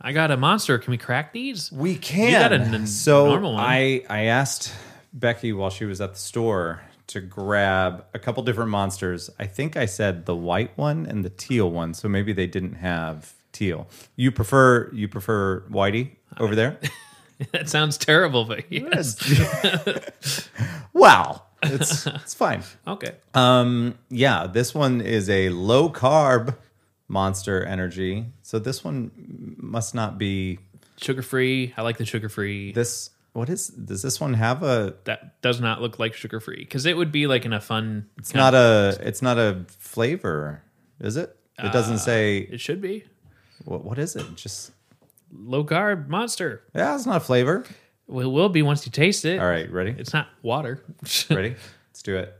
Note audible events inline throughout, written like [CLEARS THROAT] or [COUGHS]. I got a monster. Can we crack these? [LAUGHS] We can. got a n- so normal one. I I asked Becky while she was at the store to grab a couple different monsters. I think I said the white one and the teal one, so maybe they didn't have teal. You prefer you prefer whitey over there? that sounds terrible, but yes. [LAUGHS] wow. It's it's fine. Okay. Um yeah, this one is a low carb monster energy. So this one must not be Sugar free. I like the sugar free. this what is does this one have a That does not look like sugar free because it would be like in a fun. It's not a. It's not a flavor, is it? Uh, It doesn't say. It should be What, what is it? Just low carb monster. yeah, it's not a flavor. Well, it will be once you taste it. All right, ready? It's not water. [LAUGHS] [LAUGHS] Ready? Let's do it.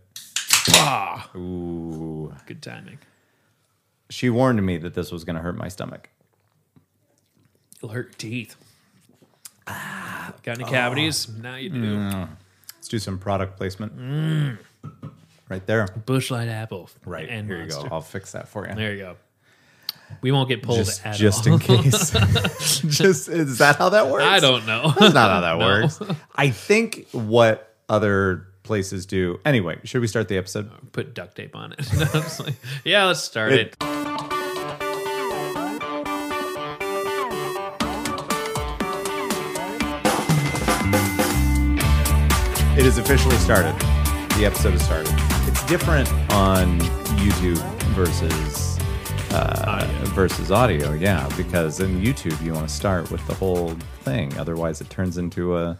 Ah, Ooh. good timing. She warned me that this was going to hurt my stomach. It'll hurt your teeth. Ah. Got any cavities? Oh. Now you do. Mm. Let's do some product placement. Right there. Bushlight apple. And Mm. here monster. you go. I'll fix that for you. There you go. We won't get pulled just at [LAUGHS] just all. in case. [LAUGHS] just is that how that works? I don't know. [LAUGHS] That's not [LAUGHS] how that works. I think what other places do. Anyway, should we start the episode? Put duct tape on it. [LAUGHS] I was like, yeah, let's start it. It is officially started. The episode is started. It's different on YouTube versus uh, versus audio, yeah, because in YouTube you want to start with the whole thing. Otherwise, it turns into a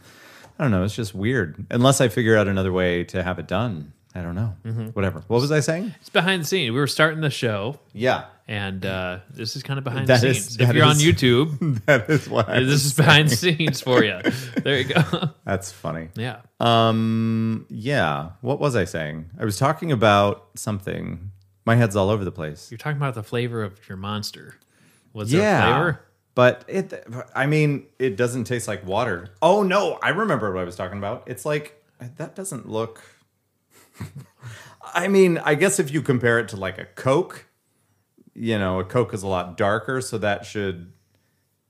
I don't know. It's just weird. Unless I figure out another way to have it done. I don't know. Mm-hmm. Whatever. What was I saying? It's behind the scene. We were starting the show, Yeah, [LAUGHS] and uh, this is kind of behind That the is- scenes. if that you're on is- [LAUGHS] YouTube, that is what. I this was- is behind the scenes for you. There you go. [LAUGHS] that's funny. yeah. Um, yeah. What was I saying? I was talking about something. My head's all over the place. You're talking about the flavor of your monster. Was yeah, there a flavor? But it, I mean, it doesn't taste like water. Oh no, I remember what I was talking about. It's like that doesn't look. [LAUGHS] I mean, I guess if you compare it to like a Coke, you know, a Coke is a lot darker, so that should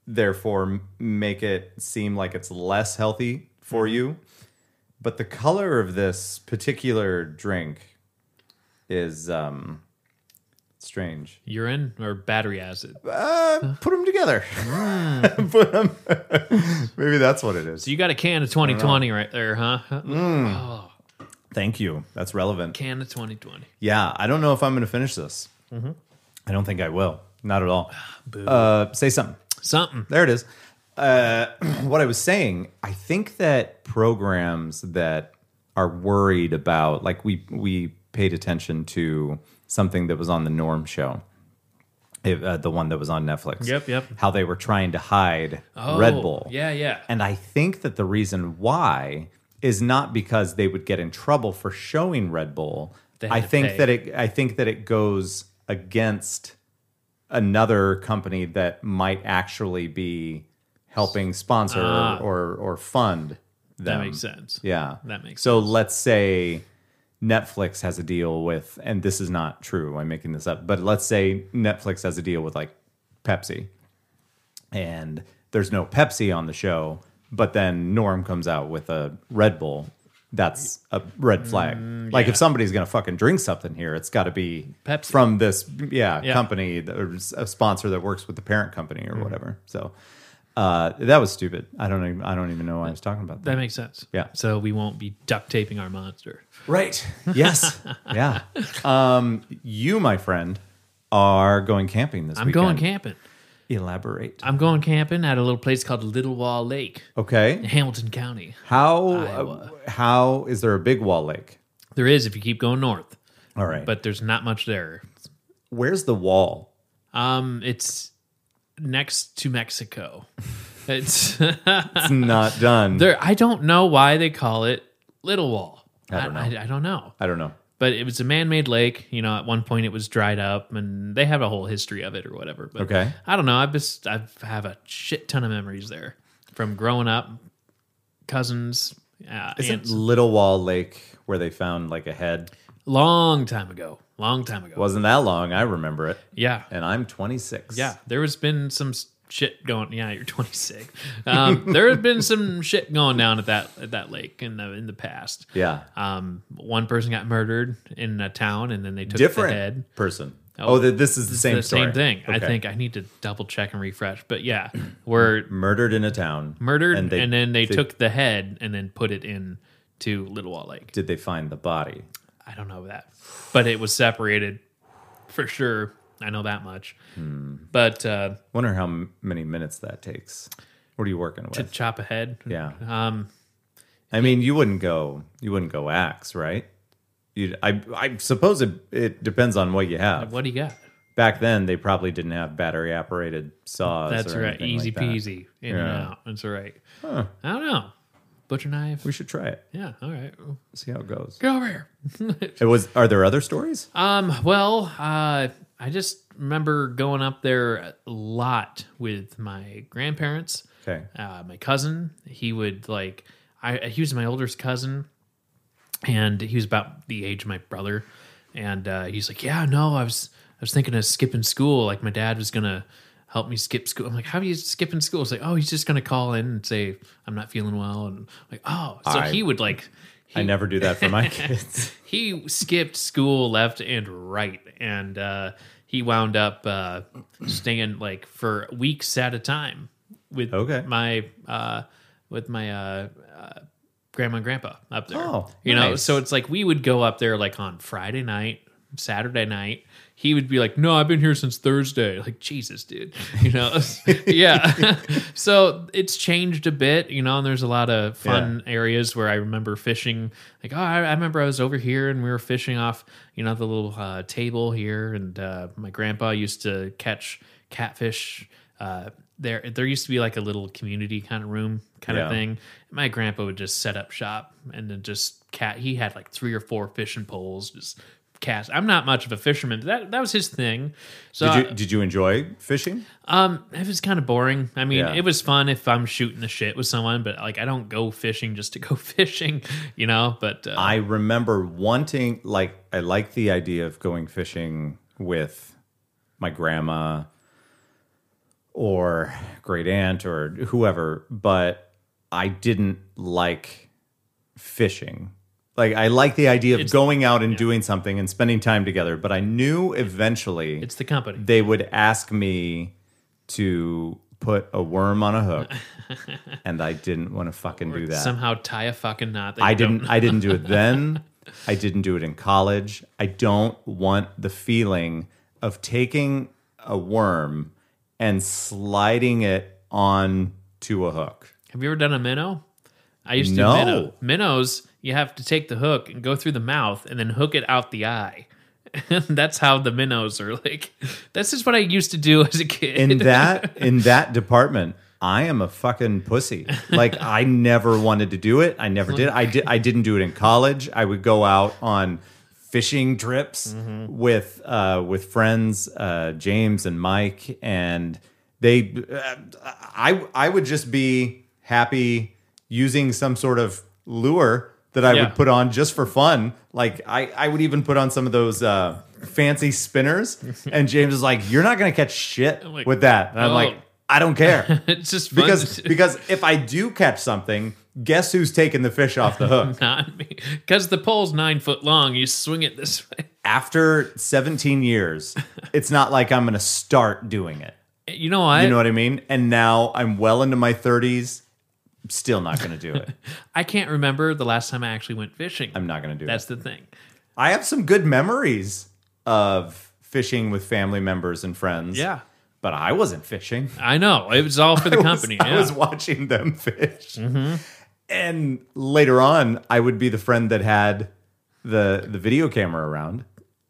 therefore m- make it seem like it's less healthy for Mm-hmm. you. But the color of this particular drink is um strange. Urine or battery acid? Uh, put them together. Hmm. [LAUGHS] put 'em- Maybe that's what it is. So you got a can of 2020 right there, huh? Oh, Thank you. That's relevant. can of 2020. Yeah, I don't know if I'm going to finish this. I don't think I will. Not at all. Mm-hmm. [SIGHS] Boo. Uh, say something. Something. There it is. Uh, [CLEARS THROAT] what I was saying, I think that programs that are worried about, like we we paid attention to something that was on the Norm show, It- uh, the one that was on Netflix. Yep, yep. How they were trying to hide Red Oh, Bull. Yeah, yeah. And I think that the reason why is not because they would get in trouble for showing Red Bull. They had I to think pay. that it I think that it goes against another company that might actually be helping sponsor Ah. or or fund that them. makes sense. um, Yeah. That makes so let's say Netflix has a deal with and this is not true, I'm making this up, but let's say Netflix has a deal with like Pepsi. And there's no Pepsi on the show, but then Norm comes out with a Red Bull. That's a red flag. Like if somebody's gonna fucking drink something here, it's got to be Mm, Pepsi. from this yeah, Yeah. Mm. company that- or a sponsor that works with the parent company or whatever. So uh, that was stupid. I don't even, I don't even know why I was talking about that. That makes sense. Yeah. So we won't be duct taping our monster. Right. Yes. yeah. Um, you, my friend, are going camping this I'm weekend. going camping. Elaborate. I'm going camping at a little place called Little Wall Lake, in Okay. Hamilton County. How? Uh, how is there a big wall lake? There is if you keep going north, All right. but there's not much there. where's the wall? Um, it's next to [LAUGHS] Mexico. It's [LAUGHS] It's not done. there. I don't know why they call it Little Wall. I don't I, I don't know. I don't know. But it was a man-made lake. You know, at one point it was dried up, and they have a whole history of it or whatever. But Okay. I don't know. I've just I have a shit ton of memories there from growing up, cousins, uh, Isn't aunts. Little Wall Lake where they found like a head? long time ago, long time ago. Wasn't that long? I remember it. yeah, And I'm 26. [LAUGHS] yeah. There has been some s- shit going. Yeah, you're [LAUGHS] 26. Um, there have been some shit going down at that at that lake in the in the past. Yeah. Um, one person got murdered in a town, and then they took Different the head. person. Oh, Oh, th- this is the same the story. same thing. I Okay. think I need to double check and refresh. But [CLEARS THROAT] yeah, we're murdered in a town. murdered, and, And they- then they, took the head and then put it in to Little Wall Lake. Did they find the body? I don't know that, but it was separated for sure. I know that much. Hmm. But uh, Wonder how m- many minutes that takes. What are you working with? to chop a head, yeah. Um, I mean, you wouldn't go. You wouldn't go axe, right? You'd, I, I suppose it, it depends on what you have. what do you got? Back then, they probably didn't have battery operated saws. That's or right. anything Easy like that. peasy. In and Yeah. out. That's right. I don't know. Butcher knife. We should try it. Yeah. All right. See how it goes. Get over here. It was. Are there other stories? um. Well. Uh. I just remember going up there a lot with my grandparents. Okay. uh, my cousin. He would like I he was my oldest cousin, and he was about the age of my brother. And uh, he's like, "Yeah, no, I was I was thinking of skipping school. Like my dad was gonna help me skip school. I'm like, how are you skipping school? It's like, oh, he's just gonna call in and say I'm not feeling well, and I'm like, oh, so I- he would like. I he- never do that [LAUGHS] for my kids. he skipped school left and right and uh, he wound up uh, staying like for weeks at a time with Okay. my uh, with my uh, uh, grandma and grandpa up there Oh, you know nice. so it's like we would go up there like on friday night saturday night he would be like no i've been here since thursday like jesus dude [LAUGHS] you know yeah [LAUGHS] so it's changed a bit you know and there's a lot of fun Yeah. areas where I remember fishing. Like, oh, I, I remember I was over here and we were fishing off, you know, the little uh, table here, and uh, my grandpa used to catch catfish. Uh, there, there used to be like a little community kind of room kind Yeah. of thing. My grandpa would just set up shop and then just cat. He had like three or four fishing poles, just cast. I'm not much of a fisherman, but that that was his thing. So Did I- you did you enjoy fishing? um, it was kind of boring. I mean, Yeah. it was fun if I'm shooting the shit with someone, but like I don't go fishing just to go [LAUGHS] fishing, you know. But uh, I remember wanting like I like the idea of going fishing with my grandma or great aunt or whoever, but I didn't like fishing. Like I like the idea of going out and doing something and spending time together, but I knew eventually it's the company. they would ask me to put a worm on a hook and I didn't want to fucking do that. Somehow tie a fucking knot. That I you don't- didn't I didn't do it then. I didn't do it in college. I don't want the feeling of taking a worm and sliding it on to a hook. Have you ever done a minnow? I used to do No. minnow. Minnows, you have to take the hook and go through the mouth and then hook it out the eye. [LAUGHS] that's how the minnows are like. That's just what I used to do [LAUGHS] as a kid. In that in that department, I am a fucking pussy. Like I never wanted to do it. I never did. I did I didn't do it in college. I would go out on fishing trips with uh with friends uh James and Mike and they uh, I I would just be happy using some sort of lure that I Yeah. would put on just for fun. Like I, I would even put on some of those uh, [LAUGHS] fancy spinners. And James is like, "You're not gonna catch shit like, with that." And I'm "Oh." like, "I don't [LAUGHS] care it's just fun because to- because if I do catch something, guess who's taking the fish off [LAUGHS] the hook?" not me because the pole's nine foot long. You swing it this [LAUGHS] way. After 17 years, it's not like I'm gonna start doing it. You know what? You know what I mean? And now I'm well into my 30s, still not gonna do it. I can't remember the last time I actually went fishing. I'm not [LAUGHS] gonna do it. That's the thing. I have some good memories of fishing with family members and friends. Yeah. But I wasn't fishing. I know. It was all for the company. [LAUGHS] I yeah. Mm-hmm. was watching them fish. And later on, I would be the friend that had the the video camera around.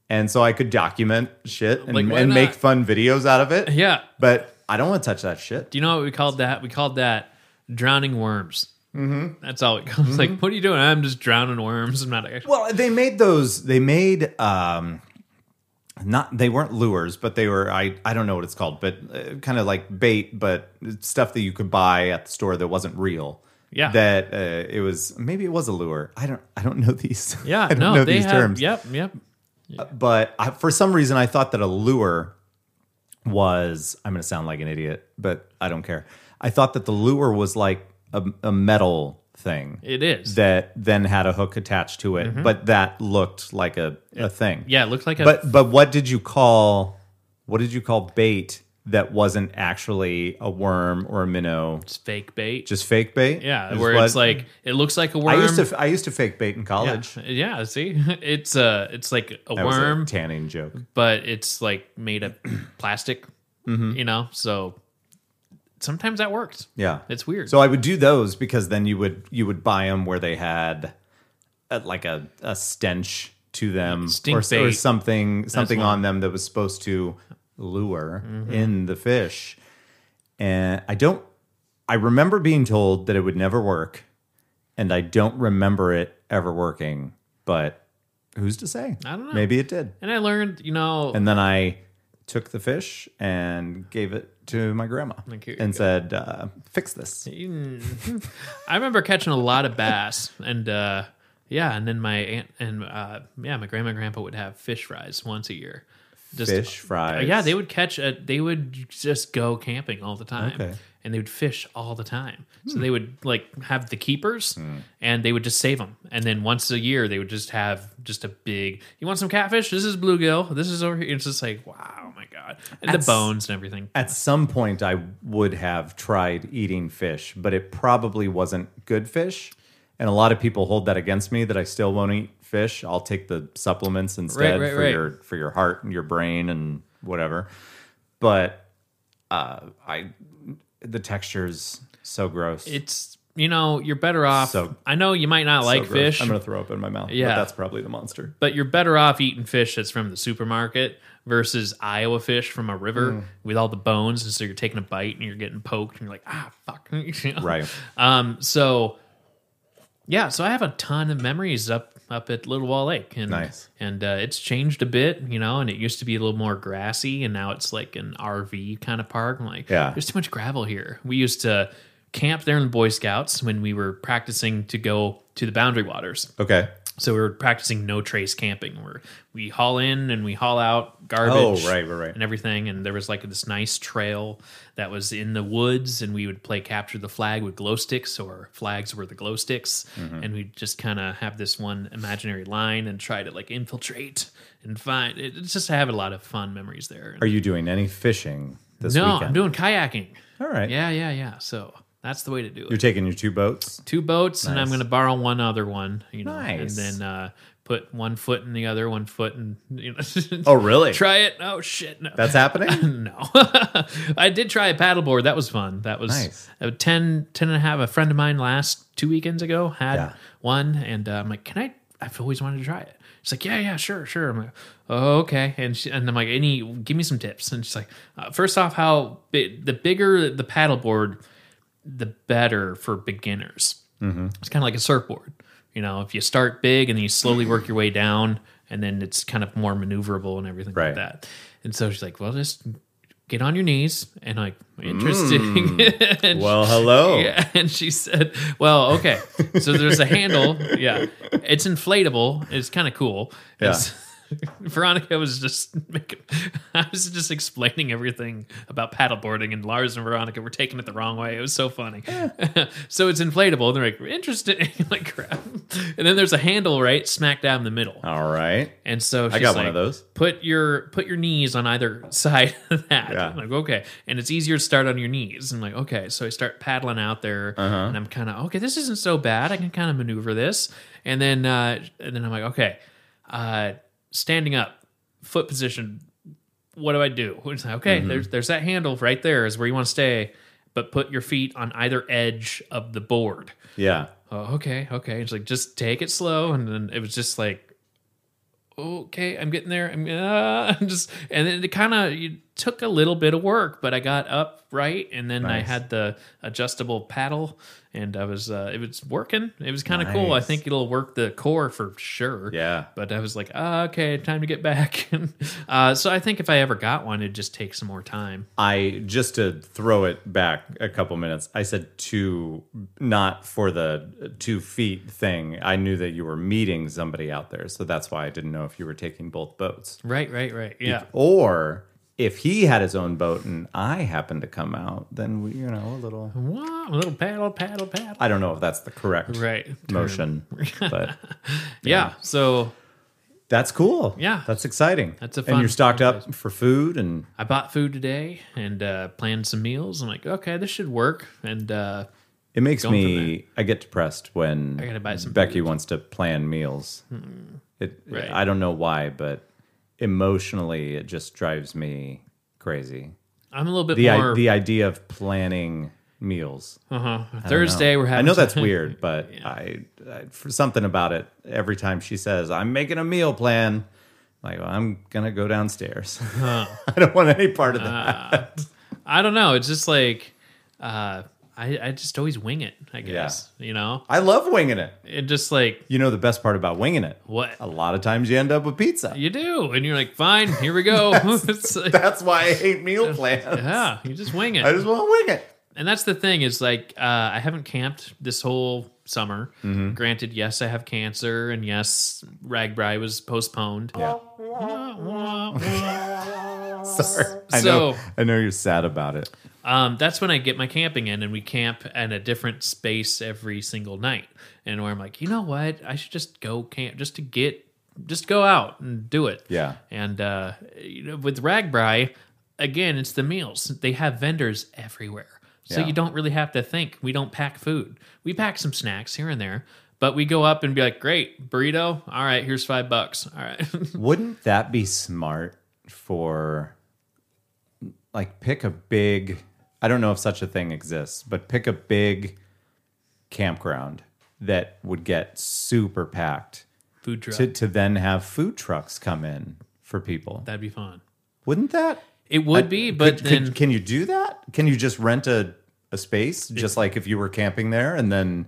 And so I could document shit and, Like, why and make not? fun videos out of it. yeah. But I don't want to touch that shit. Do you know what we called that? We called that drowning worms. Mm-hmm. That's all it comes. Like, what are you doing? I'm just drowning worms. I'm not actually. Well, they made those. They made um, not they weren't lures, but they were. I I don't know what it's called, but uh, kind of like bait, but stuff that you could buy at the store that wasn't real. Yeah. that uh, it was maybe it was a lure. I don't I don't know [LAUGHS] these. Yeah. I don't no, know they these have. terms. Yep. Yep. But I, for some reason, I thought that a lure was I'm going to sound like an idiot, but I don't care. I thought that the lure was like a, a metal thing It is. that then had a hook attached to it, but that looked like a, a thing. Mm-hmm. yeah, it looked like a But but what did you call what did you call bait that wasn't actually a worm or a minnow? fake bait. Just fake bait? yeah, Is where what- it's like it looks like a worm. I used to I used to fake bait in college. yeah, see, [LAUGHS] it's uh it's like a That was a worm, tanning joke. but it's like made [CLEARS THROAT] of plastic. Mm-hmm. You know, so sometimes that works. Yeah. It's weird. So I would do those because then you would you would buy them where they had uh like a, a stench to them Stink or, or bait. something something on them that was supposed to lure Mm-hmm. in the fish. And I don't I remember being told that it would never work and I don't remember it ever working, but who's to say? I don't know. Maybe it did. and I learned, you know, And then I took the fish and gave it to my grandma Like, here you and go. said, uh, "Fix this." Mm. [LAUGHS] I remember catching a lot of bass, and uh, yeah, and then my aunt and uh, yeah, my grandma and grandpa would have fish fries once a year. Just, uh, fish fries. Yeah, they would catch. A, they would just go camping all the time, Okay. Hmm. and they would fish all the time. So they would like have the keepers, and they would just save them. And then once a year, they would just have just a big. You want some catfish? This is bluegill. This is over here. It's just like wow, my god, and That's- the bones and everything. At some point, I would have tried eating fish, but it probably wasn't good fish. And a lot of people hold that against me that I still won't eat fish. I'll take the supplements instead right, for right. your for your heart and your brain and whatever. But uh, I the texture's so gross. It's you know you're better off. So- I know you might not So like gross. fish. I'm gonna throw up in my mouth. Yeah, Yeah. that's probably the monster. but you're better off eating fish that's from the supermarket versus Iowa fish from a river Mm. with all the bones. And so you're taking a bite and you're getting poked and you're like, ah, fuck. [LAUGHS] You know? Right. Um, so yeah, so I have a ton of memories up up at Little Wall Lake, and Nice. and uh, it's changed a bit, you know. And it used to be a little more grassy, and now it's like an RV kind of park. I'm like, Yeah. there's too much gravel here. We used to camp there in the Boy Scouts when we were practicing to go to the Boundary Waters. Okay. So we were practicing no trace camping where we haul in and we haul out garbage. Oh, right, right, right. And everything. And there was like this nice trail that was in the woods and we would play capture the flag with glow sticks or flags were the glow sticks. Mm-hmm. And we'd just kind of have this one imaginary line and try to like infiltrate and find it. It's just, I have a lot of fun memories there. Are you doing any fishing this no, weekend? I'm doing kayaking. All right. Yeah, yeah, yeah. So that's the way to do it You're taking your two boats. two boats and I'm Nice. going to borrow one other one, you know, Nice. and then uh, put one foot in the other, one foot and you know, [LAUGHS] Oh, really? try it. Oh shit, no, That's [LAUGHS] happening. no. [LAUGHS] I did try a paddleboard. That was fun. That was Nice. uh, 10, 10 and a half. A friend of mine last two weekends ago had Yeah. one, and uh, I'm like, can I? I've always wanted to try it. She's like, yeah, yeah, sure, sure. I'm like, oh, okay. And she, and I'm like, any, give me some tips. And she's like, uh, first off, how big the bigger the paddleboard, the better for beginners. It's kind of like a surfboard. You know, if you start big and then you slowly work your way down, and then it's kind of more maneuverable and everything Right. like that. And so she's like, "Well, just get on your knees." And I'm like, interesting. [LAUGHS] and Well, hello. yeah, [LAUGHS] and she said, "Well, okay. So there's a handle. Yeah, it's inflatable. It's kind of cool." And Yeah. s- [LAUGHS] Veronica was just making, [LAUGHS] I was just explaining everything about paddleboarding, and Lars and Veronica were taking it the wrong way. It was so funny. [LAUGHS] so it's inflatable. And they're like, "Interesting." [LAUGHS] like crap. And then there's a handle right smack down the middle. All right. And so she's Oh. got one like, of those. Put your put your knees on either [LAUGHS] side of that. Yeah. I'm like okay, and it's easier to start on your knees. I'm like okay, so I start paddling out there, and I'm kind of okay. This isn't so bad. I can kind of maneuver this, and then uh, and then I'm like okay, uh, standing up, foot position. What do I do? [LAUGHS] It's like, okay, there's there's that handle right there is where you want to stay, but put your feet on either edge of the board Yeah. oh, okay, okay. It's like just take it slow, and then it was just like, okay, I'm getting there. I'm, uh, I'm just, [LAUGHS] and then it kind of took a little bit of work, but I got up right, and then Nice. I had the adjustable paddle, and I was, uh, it was working. It was kind of cool. I Nice. think it'll work the core for sure. Yeah. But I was like, ah, okay, time to get back. [LAUGHS] uh, so I think if I ever got one, it'd just take some more time. I just to throw it back a couple minutes. I said two, not for the two feet thing. I knew that you were meeting somebody out there, so that's why I didn't know if you were taking both boats Right, right, right. Yeah. or if he had his own boat and I happened to come out, then we, you know, a little. Wah, little paddle, paddle, paddle. I don't know if that's the correct Right. term. [LAUGHS] motion, but Yeah. So that's cool. Yeah. that's exciting. That's a and fun- you're stocked fun up for food and I bought food today and uh, planned some meals. I'm like, okay, this should work. And uh, It makes Going from me. I get depressed when I gotta buy some Hmm. Becky wants to plan meals. It. Right. I don't know why, but emotionally, it just drives me crazy. I'm a little bit The I, more. the idea of planning meals. uh-huh. Thursday, we're having. I [LAUGHS] know that's some- weird, but I, I for something about it. Every time she says, "I'm making a meal plan," like well, I'm gonna go downstairs. [LAUGHS] I don't want any part of Uh. that. I don't know. It's just like uh, I, I just always wing it. I guess you know. I love winging it. It just like You know the best part about winging it. what A lot of times you end up with pizza. you do, and you're like, fine, here we [LAUGHS] go. [LAUGHS] It's like, That's why I hate meal plans. [LAUGHS] yeah, you just wing it. I just want to wing it. and that's the thing is like uh, I haven't camped this whole summer. Mm-hmm. Granted, yes, I have cancer, and yes, Ragbri was postponed. Yeah. Wah, wah, wah. Sorry. I So- know. I know you're sad about it. um, that's when I get my camping in, and we camp at a different space every single night. And where I'm like, you know what, I should just go camp just to get, just go out and do it. Yeah. And uh, you know, with Ragbri, again, it's the meals. They have vendors everywhere, so Yeah. you don't really have to think. We don't pack food. We pack some snacks here and there, but we go up and be like, great burrito. All right, here's five bucks. All right. [LAUGHS] Wouldn't that be smart for like pick a big I don't know if such a thing exists, but pick a big campground that would get super packed food truck. to, to then have food trucks come in for people. That'd be fun. Wouldn't that? It would be, but Could- then could- can you do that? Can you just rent a, a space just like if you were camping there and then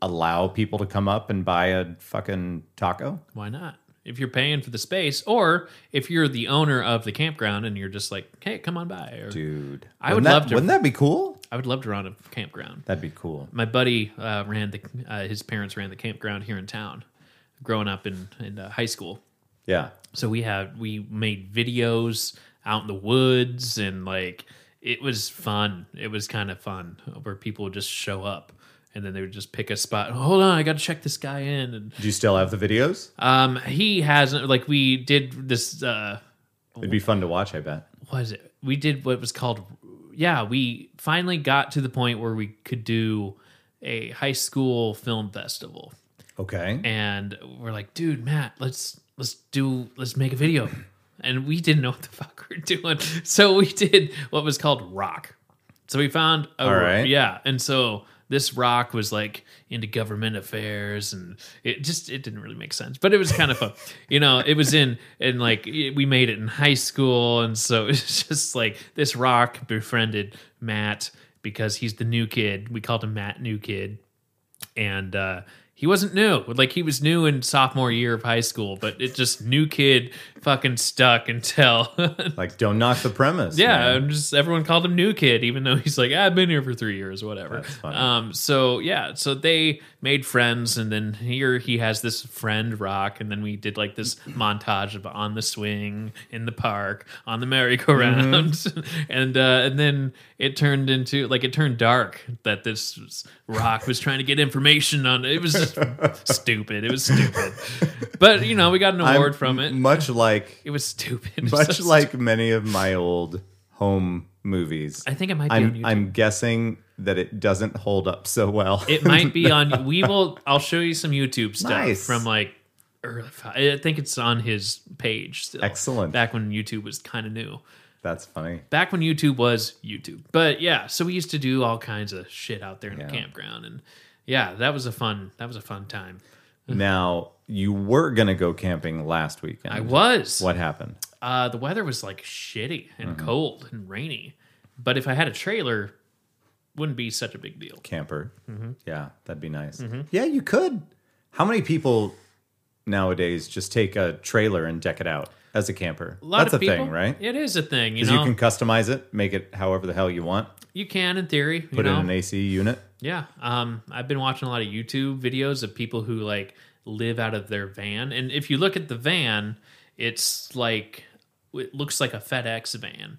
allow people to come up and buy a fucking taco? Why not? If you're paying for the space, or if you're the owner of the campground and you're just like, hey, come on by. Or, Dude. I would Wouldn't that- love to- Wouldn't that be cool? I would love to run a campground. That'd be cool. My buddy uh, ran the uh, his parents ran the campground here in town, growing up in in uh, high school. Yeah. So we had we made videos out in the woods and like it was fun. It was kind of fun where people would just show up and then they would just pick a spot. Hold on, I got to check this guy in and Do you still have the videos? um he hasn't like we did this uh It'd be fun to watch, I bet. was it? We did what was called, yeah, we finally got to the point where we could do a high school film festival. Okay. And we're like, dude, Matt, let's let's do let's make a video. And we didn't know what the [LAUGHS] fuck we are doing. So we did what was called rock. So we found a All right. yeah. And so this rock was like into government affairs and it just it didn't really make sense. But it was kind of [LAUGHS] fun. You know, it was in and like it- we made it in high school and so [LAUGHS] it's just like this rock befriended Matt because he's the new kid. We called him Matt New Kid and uh, he wasn't new. Like he was new in sophomore year of high school, but it just new kid fucking stuck until [LAUGHS] Like, don't knock the premise. yeah, man. I'm just everyone called him new kid, even though he's like "Ah, I've been here for three years, whatever. That's funny. Um, so yeah, so they made friends, and then here he has this friend rock, and then we did like this montage of on the swing in the park on the merry-go-round, Mm-hmm. [LAUGHS] and uh, and then it turned into like it turned dark that this was- rock was trying to get information on. It was just [LAUGHS] stupid. It was stupid, but you know we got an I'm- award from it. [LAUGHS] Much like [LAUGHS] It was stupid. It was much so like many of my old home movies. I think it might be on I'm YouTube. I'm guessing that it doesn't hold up so well. It might be on. We will. I'll show you some YouTube stuff Nice. from like. early- I think it's on his page still. Excellent. Back when YouTube was kind of new. [LAUGHS] That's funny. Back when YouTube was YouTube. But yeah, so we used to do all kinds of shit out there in the campground, and yeah, that was a fun. That was a fun time. Mm-hmm. Now you were gonna go camping last weekend. I was. What Mm-hmm. happened? Uh, the weather was like shitty and cold and rainy, but if I had a trailer, wouldn't be such a big deal. Camper. Mm-hmm. Yeah, that'd be nice. Yeah, you could. How many people nowadays just take a trailer and deck it out as a camper? A lot That's of a people, thing, right? It is a thing. You Because you, know, can customize it, make it however the hell you want. you can in theory. you Put know? in an AC unit. Yeah. Um, I've been watching a lot of YouTube videos of people who like live out of their van. And if you look at the van, it's like it looks like a FedEx van.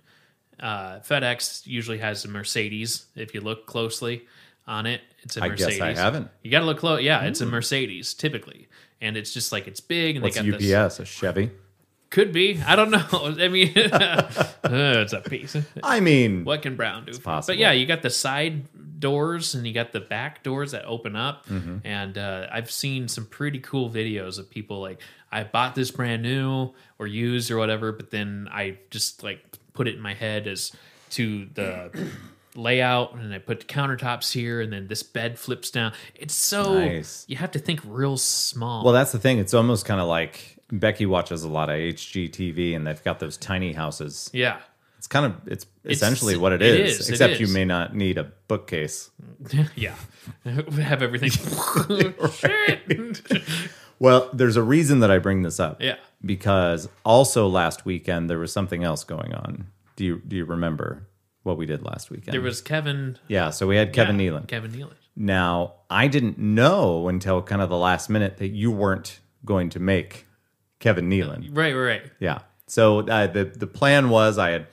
Uh, FedEx usually has a Mercedes. If you look closely on it, it's a I guess I Mercedes. haven't. Hmm. You got to look close. Yeah, it's a Mercedes typically, and it's just like it's big and What's they got UPS? this. A Chevy? Could be. I don't know. [LAUGHS] I mean, uh, it's a piece. I mean, What can Brown do? for- possible. But yeah, you got the side doors and you got the back doors that open up. Mm-hmm. And uh, I've seen some pretty cool videos of people like, I bought this brand new or used or whatever, but then I just like put it in my head as to [CLEARS THROAT] the layout and I put the countertops here and then this bed flips down. It's so, Nice. you have to think real small. Well, that's the thing. It's almost kind of like Becky watches a lot of HGTV, and they've got those tiny houses. yeah. [LAUGHS] It's kind of it's, essentially what it it is, is, it except you is. may not need a bookcase. yeah. [LAUGHS] have [LAUGHS] everything. [LAUGHS] Shit. Well, there's a reason that I bring this up. Yeah. Because also last weekend there was something else going on. Do you do you remember what we did last weekend? There was Kevin yeah, so we had Kevin Yeah, Nealon. Kevin Nealon. Now, I didn't know until kind of the last minute that you weren't going to make Kevin Nealon. Right, right, right. Yeah. So uh, the the plan was I had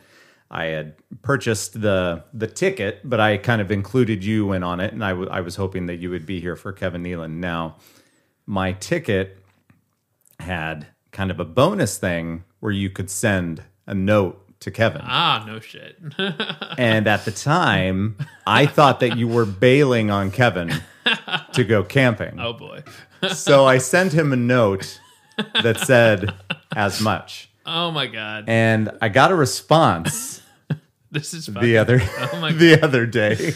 I had purchased the the ticket, but I kind of included you in on it, and I wa- I was hoping that you would be here for Kevin Nealon. Now, my ticket had kind of a bonus thing where you could send a note to Kevin, Ah, no shit. [LAUGHS] and at the time, I thought that you were bailing on Kevin to go camping. oh boy. So I sent him a note that said as much. Oh my god. And I got a response This is fucking, the [LAUGHS] uh, other Oh my [LAUGHS] the other day,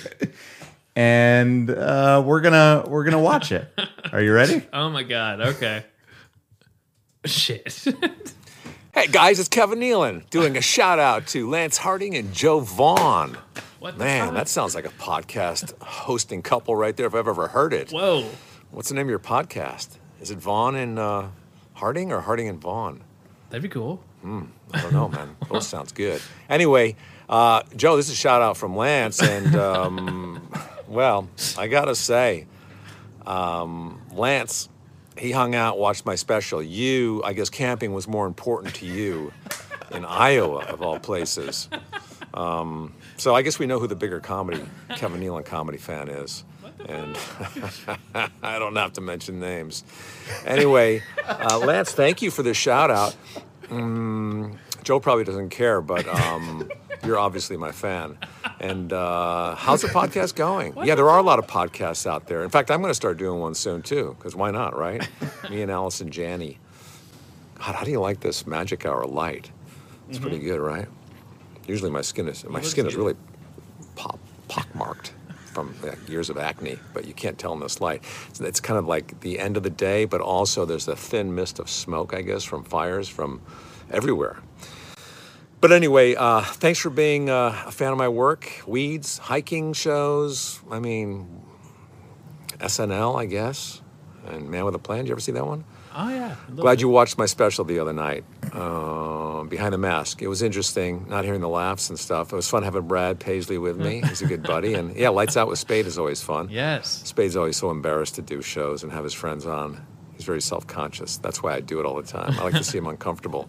and uh, we're gonna we're gonna [LAUGHS] watch it. Are you ready? Oh my god. Okay. [LAUGHS] shit. [LAUGHS] Hey guys, it's Kevin Nealon doing a shout out to Lance Harding and Joe Vaughn. What the Man, fuck? that sounds like a podcast hosting couple right there if I've ever heard it. Whoa. What's the name of your podcast? Is it Vaughn and uh, Harding or Harding and Vaughn? That'd be cool. I don't know, man. Those sounds good. Anyway, uh, Joe, this is a shout out from Lance, and um, well, I gotta say, um, Lance, he hung out, watched my special. You, I guess, camping was more important to you in Iowa, of all places. Um, so I guess we know who the bigger comedy Kevin Nealon comedy fan is, and [LAUGHS] I don't have to mention names. Anyway, uh, Lance, thank you for the shout out. Joe probably doesn't care, but um, you're obviously my fan. And uh, how's the podcast going? yeah, there are a lot of podcasts out there. In fact, I'm going to start doing one soon too, because why not, right? Me and Allison Janney. God, how do you like this magic hour light? It's pretty good, right? Usually my skin is my Mm-hmm. looks skin is good. really pop pockmarked from like, years of acne, but you can't tell in this light. It's, it's kind of like the end of the day, but also there's a thin mist of smoke, I guess, from fires from everywhere. But anyway, uh, thanks for being uh, a fan of my work. Weeds, hiking shows, I mean, SNL, I guess, and Man with a Plan. Did you ever see that one? Oh yeah. Look, Glad you watched my special the other night, uh, Behind the Mask. It was interesting, not hearing the laughs and stuff. It was fun having Brad Paisley with me. He's a good buddy. And yeah, Lights Out with Spade is always fun. Yes. Spade's always so embarrassed to do shows and have his friends on. He's very self conscious. That's why I do it all the time. I like to see him [LAUGHS] uncomfortable,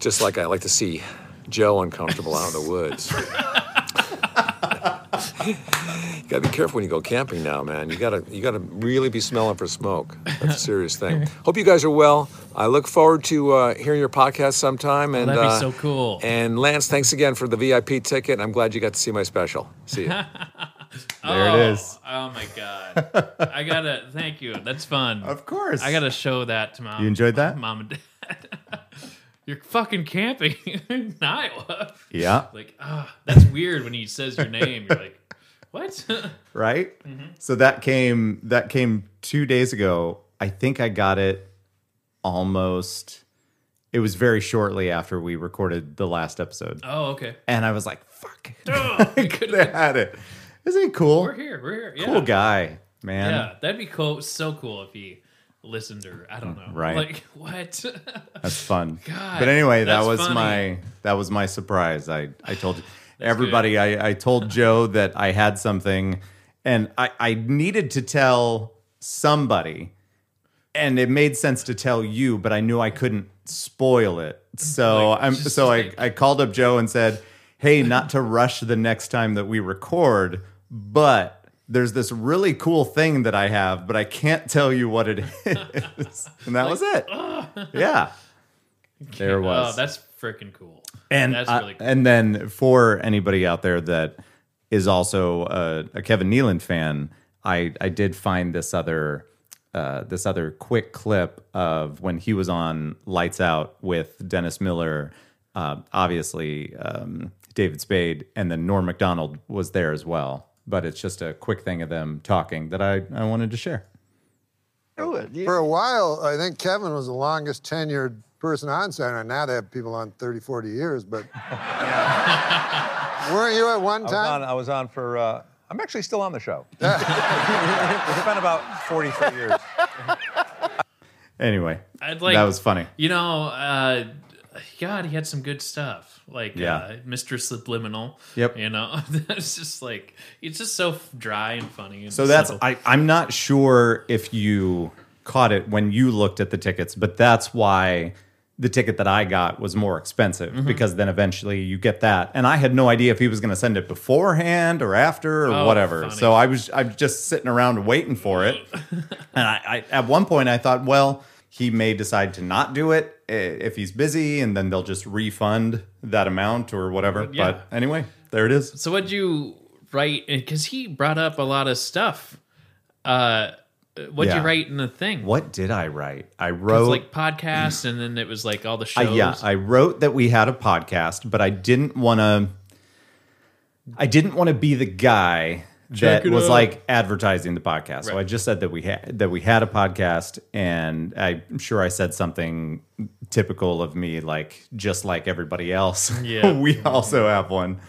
just like I like to see Joe uncomfortable out in the woods. [LAUGHS] you gotta be careful when you go camping now, man. You gotta you gotta really be smelling for smoke. That's a [LAUGHS] serious thing. Hope you guys are well. I look forward to uh, hearing your podcast sometime. And that'd be uh, so cool. And Lance, thanks again for the VIP ticket. I'm glad you got to see my special. See you. There it oh, is. Oh my god. [LAUGHS] I gotta thank you. That's fun. Of course. I gotta show that to mom. You enjoyed [LAUGHS] that? Mom and dad. [LAUGHS] You're fucking camping [LAUGHS] in Iowa. Yeah. Like, ah, that's weird when he says your name. You're like, what? [LAUGHS] Right. Mm-hmm. So that came that came two days ago. I think I got it almost. It was very shortly after we recorded the last episode, oh, okay. and I was like, "Fuck, [LAUGHS] Oh, I could have had it." Isn't he cool? we're here. We're here. Yeah. Cool guy, man. Yeah, that'd be cool. So cool if he listened or I don't know. Right. Like [LAUGHS] what? That's fun. God, but anyway, that that's was funny. my that was my surprise. I I told everybody. I [LAUGHS] I told Joe that I had something, and I I needed to tell somebody, and it made sense to tell you, but I knew I couldn't spoil it. So Like, I'm just so like- I, I called up Joe and said, [LAUGHS] "Hey, not to rush the next time that we record, but there's this really cool thing that I have, but I can't tell you what it [LAUGHS] is." And that was it. Yeah. There was. Oh, that's freaking cool. and that's I- really cool. and then for anybody out there that is also a, a Kevin Nealon fan, I I did find this other uh, this other quick clip of when he was on Lights Out with Dennis Miller, uh, obviously um, David Spade, and then Norm Macdonald was there as well. But it's just a quick thing of them talking that I, I wanted to share. For a while, I think Kevin was the longest tenured person on Saturday. Night. Now they have people on 30, 40 years, but. Weren't you at one I was on, time? I was on for, uh, I'm actually still on the show. it's been about 43 years. Anyway, I'd like- that was funny. You know, uh, God, he had some good stuff. Like Yeah. uh, Mr. Subliminal. Yep. You know, [LAUGHS] it's just like it's just so f- dry and funny. And So that's simple. I, I'm not sure if you caught it when you looked at the tickets, but that's why the ticket that I got was more expensive Mm-hmm. because then eventually you get that. And I had no idea if he was going to send it beforehand or after or Oh, whatever. funny. So I was I'm just sitting around waiting for it. [LAUGHS] and I, I at one point I thought, well, he may decide to not do it i- if he's busy and then they'll just refund that amount or whatever. Yeah. But anyway, there it is. So what'd you write? Because he brought up a lot of stuff. Uh, what'd Yeah. you write in the thing? What did I write? I It was wrote like podcast, and then it was like all the I- shows. yeah, I wrote that we had a podcast, but I didn't want to. I didn't want to be the guy Check that it was out. like advertising the podcast. So Right. I just said that we had that we had a podcast, and I'm sure I said something typical of me, like just like everybody else. [LAUGHS] Yeah. we also have one.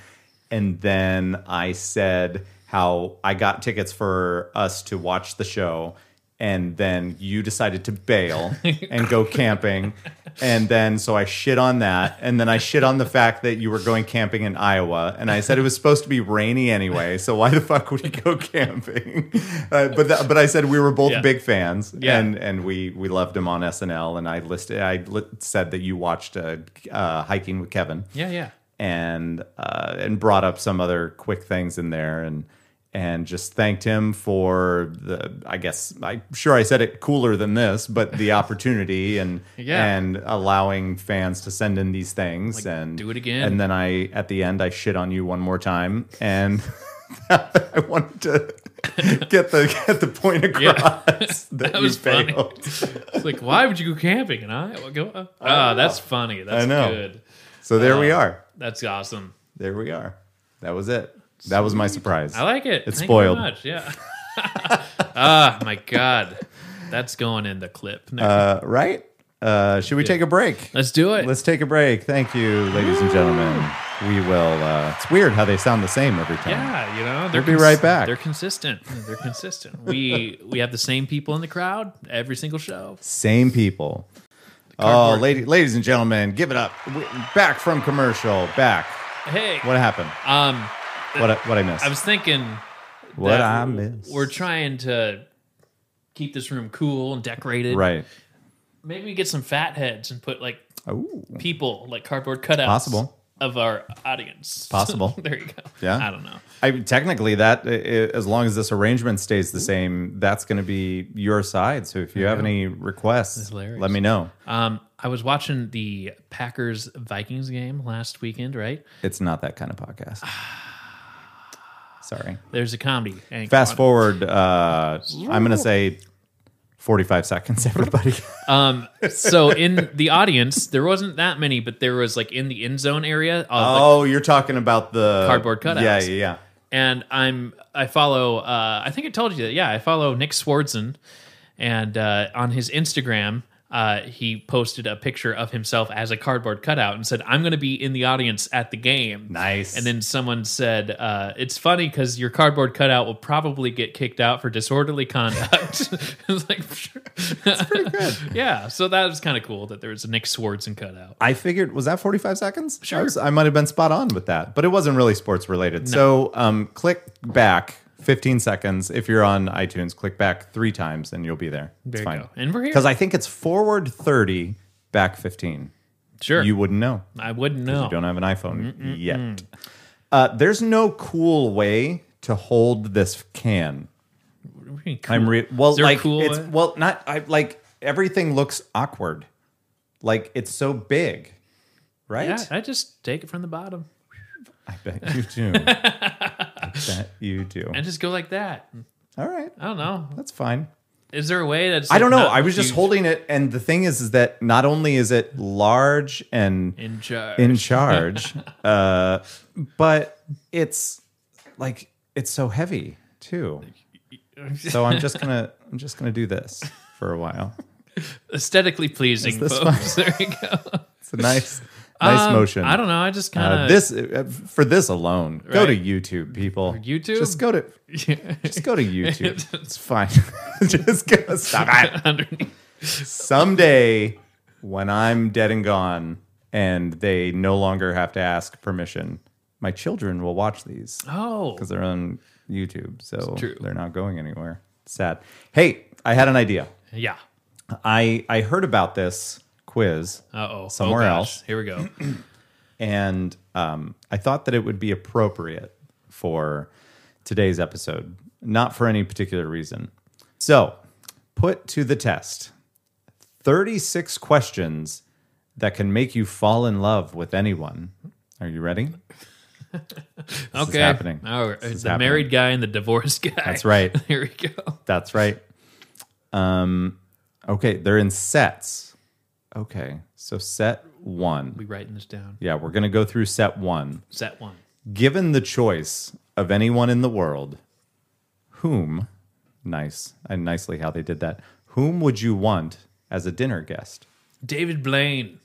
And then I said how I got tickets for us to watch the show. And then you decided [LAUGHS] to bail and go camping. And then, so I shit on that. And then I shit on the fact that you were going camping in Iowa. And I said it was supposed to be rainy anyway. So why the fuck would you go camping? [LAUGHS] Uh, but, that but I said we were both Yeah. big fans. Yeah. And, and we, we loved him on SNL. And I listed, I li- said that you watched uh, uh, Hiking with Kevin yeah, yeah. and uh, and brought up some other quick things in there and and just thanked him for the I guess I'm sure I said it cooler than this, but [LAUGHS] the opportunity and Yeah. and allowing fans to send in these things Like, and do it again. And then I at the end I shit on you one more time and [LAUGHS] I wanted to [LAUGHS] get the get the point across Yeah. [LAUGHS] that, That you was funny. failed. It's like, why would you go camping? And I go, uh, ah, that's funny. That's know. good. So there Uh, we are. That's awesome. There we are. That was it. That was my surprise. I like it. It's Thank you very spoiled. much. Yeah. [LAUGHS] Ah, my God, that's going in the clip. Next. Uh, right? Uh, should we take a break? Let's do it. Let's take a break. Thank you, ladies and gentlemen. We will. Uh, it's weird how they sound the same every time. Yeah, you know, they're We'll be right back. They're consistent. They're consistent. we we have the same people in the crowd every single show. Same people. Oh, cardboard. lady, ladies and gentlemen, give it up. We're back from commercial. Back. Hey, What happened? um, What I- what I missed? I was thinking what that I missed? we're trying to keep this room cool and decorated. right. Maybe we get some fat heads and put like Oh, people, like cardboard cutouts, Possible. of our audience. [LAUGHS] Possible. there you go. Yeah. I don't know. I technically that i- i- as long as this arrangement stays the same, that's going to be your side. So if you have any requests, hilarious. let me know. Um, I was watching the Packers Vikings game last weekend. Right, It's not that kind of podcast. [SIGHS] Sorry. there's a comedy. angle on Fast it. forward, uh, I'm going to say 45 seconds, [LAUGHS] everybody. Um, so in the audience, there wasn't that many, but there was like in the end zone area. Uh, like- oh, you're talking about the Cardboard cutouts. Yeah, yeah, yeah. and I'm I follow. Uh, I think I told you that. Yeah, I follow Nick Swardson, and uh, on his Instagram. Uh, he posted a picture of himself as a cardboard cutout and said, "I'm going to be in the audience at the game." Nice. And then someone said, uh, "It's funny because your cardboard cutout will probably get kicked out for disorderly [LAUGHS] conduct." [LAUGHS] I was like, sure. "That's pretty good." [LAUGHS] yeah. So that was kind of cool that there was a Nick Swardson cutout. I figured, was that 45 seconds? Sure. I, was- I might have been spot on with that, but it wasn't really sports related. So um, click back 15 seconds. If you're on iTunes, click back three times and you'll be there. There it's you fine. go. And we're here. Because I think it's forward 30, back 15, Sure. you wouldn't know. I wouldn't 'cause know. You don't have an iPhone yet. Uh, there's no cool way to hold this can. What do you mean, I'm cool? re- well, Is there a like cool it's way? well, not I like everything looks awkward, like it's so big, right? Yeah, I just take it from the bottom I bet you [LAUGHS] do. I bet you do. and just go like that. All right, I don't know. that's fine. Is there a way that's? I like, don't know. not I was just huge holding it, and the thing is, is that not only is it large and in charge. in charge, [LAUGHS] uh, but it's like it's so heavy too. So [LAUGHS] I'm just gonna I'm just gonna do this for a while. Aesthetically pleasing, this folks. [LAUGHS] There you go. It's [LAUGHS] a nice nice Um, motion. I don't know. I just kind of Uh, this uh, for this alone, go to Right. YouTube, people. YouTube? just [LAUGHS] go to just go to YouTube. it's fine. [LAUGHS] just go stop [LAUGHS] it. underneath. Someday, when I'm dead and gone, and they no longer have to ask permission, my children will watch these [GASPS] [GASPS] Oh, because they're on YouTube, so true. they're not going anywhere. Sad. Hey, I had an idea. yeah. I I heard about this quiz Uh oh. Somewhere else. Here we [COUGHS] go. and um, I thought that it would be appropriate for today's episode, not for any particular reason. So, put to the test 36 questions that can make you fall in love with anyone. Are you ready? okay. happening. Oh, This is the happening. married guy and the divorced guy. [LAUGHS] That's right. Here we go. That's right. Um, okay, they're in sets. Okay, so set one. We writing this down. Yeah, we're going to go through set one. Set one. Given the choice of anyone in the world, whom, nice, and nicely how they did that, whom would you want as a dinner guest? David Blaine.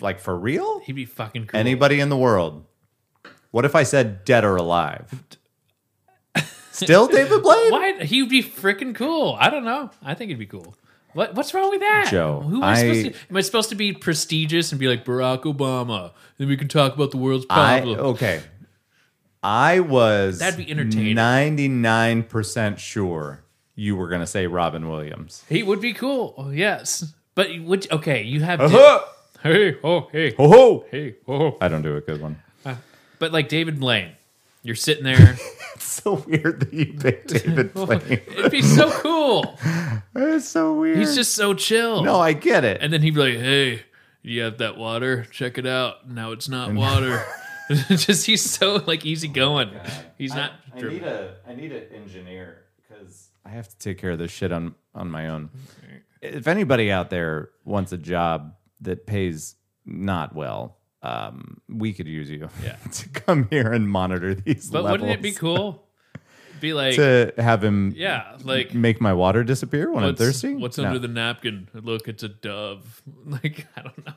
Like for real? He'd be fucking cool. Anybody in the world? What if I said dead or alive? Still David Blaine? Why? He'd be freaking cool. I don't know. I think it'd be cool. What, what's wrong with that? Joe, Who am I, supposed I- to? Am I supposed to be prestigious and be like Barack Obama? Then we can talk about the world's I, problems. okay. I was That'd be entertaining. 99% sure you were going to say Robin Williams. He would be cool. Oh, Yes, but you would okay? You have. [LAUGHS] Uh-huh. Hey, oh, hey, Ho ho! hey, oh. I don't do a good one. But like David Blaine, you're sitting there. [LAUGHS] so weird that you picked [LAUGHS] David Blaine. It'd be so cool. It's so weird. He's just so chill. no, I get it. and then he'd be like, "Hey, you have that water? Check it out. Now it's not [LAUGHS] water." [LAUGHS] just he's so like easygoing. [LAUGHS] He's not. driven. a I need an engineer because I have to take care of this shit on on my own. If anybody out there wants a job that pays not well, um, we could use you. Yeah. [LAUGHS] to come here and monitor these but levels. wouldn't it be cool? Be like, [LAUGHS] to have him? yeah, like Make my water disappear when I'm what's, thirsty. what's No. under the napkin? Look, it's a dove. [LAUGHS] Like I don't know.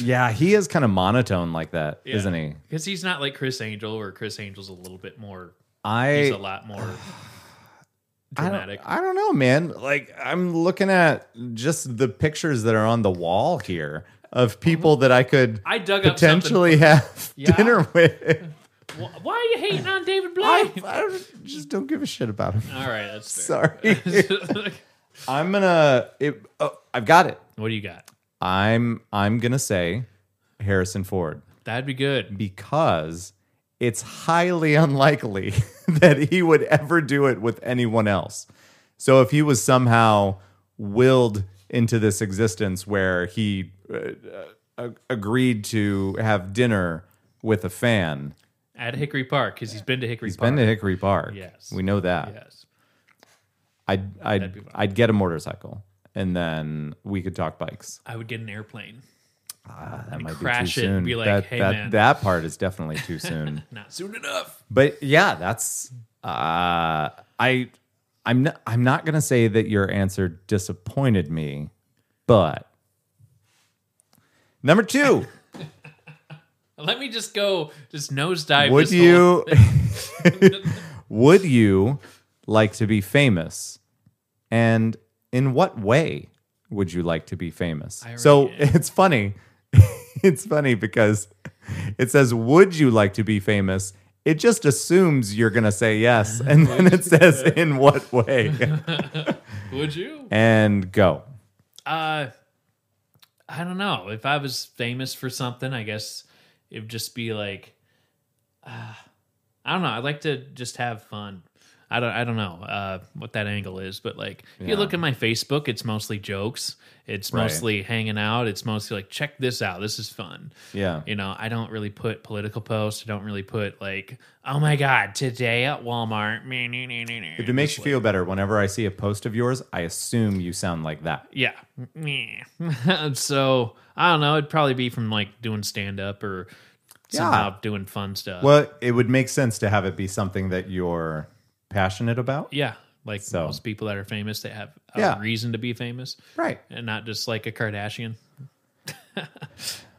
Yeah, he is kind of monotone like that, not he? Because he's not like Chris Angel, where Chris Angel's a little bit more. I He's a lot more dramatic. [SIGHS] I don't, I don't know, man. Like I'm looking at just the pictures that are on the wall here of people that I could Oh. I dug up potentially have [LAUGHS] Yeah. dinner [LAUGHS] with. something. Wh- Why are you hating on David I, Blaine? I don't- just don't give a shit about him. [LAUGHS] All right, that's fair. Sorry. I'm gonna. It, oh, I've got it. [LAUGHS] what do you got? I'm. I'm gonna say Harrison Ford That'd be good. because it's highly unlikely [LAUGHS] that he would ever do it with anyone else. So if he was somehow willed into this existence where he uh, uh, agreed to have dinner with a fan, At Hickory Park, because he's been to Hickory he's Park. been to Hickory Park. Yes. we know that. yes. I'd I'd, be fun. I'd get a motorcycle. And then we could talk bikes. I would get an airplane. That might crash be it too and soon. be like, that, "Hey, that, man." that part is definitely [LAUGHS] too soon. Not soon enough. But yeah, that's uh, I. I'm not. I'm not gonna say that your answer disappointed me, but number two, Let me just go, just nosedive. would this whole- you? [LAUGHS] [LAUGHS] would you like to be famous, and in what way would you like to be famous? So already it's funny. [LAUGHS] it's funny because it says, "Would you like to be famous?" It just assumes you're gonna say yes, and then it says, "In what way?" Would you? and go. Uh, I don't know. If I was famous for something, I guess it would just be like, uh, I don't know. I like to just have fun. I don't, I don't know uh, what that angle is, but like, if you look at my Facebook, it's mostly jokes. It's Right. mostly hanging out. It's mostly like, check this out. This is fun. Yeah. You know, I don't really put political posts. I don't really put like, oh my God, today at Walmart. meh, meh, meh, meh, meh. If it makes you feel better, whenever I see a post of yours, I assume you sound like that. Yeah. Meh. [LAUGHS] so I don't know. It'd probably be from like doing stand up or somehow doing fun stuff. Well, it would make sense to have it be something that you're passionate about. yeah. Like So. most people that are famous, they have a Yeah. reason to be famous Right. and not just like a Kardashian.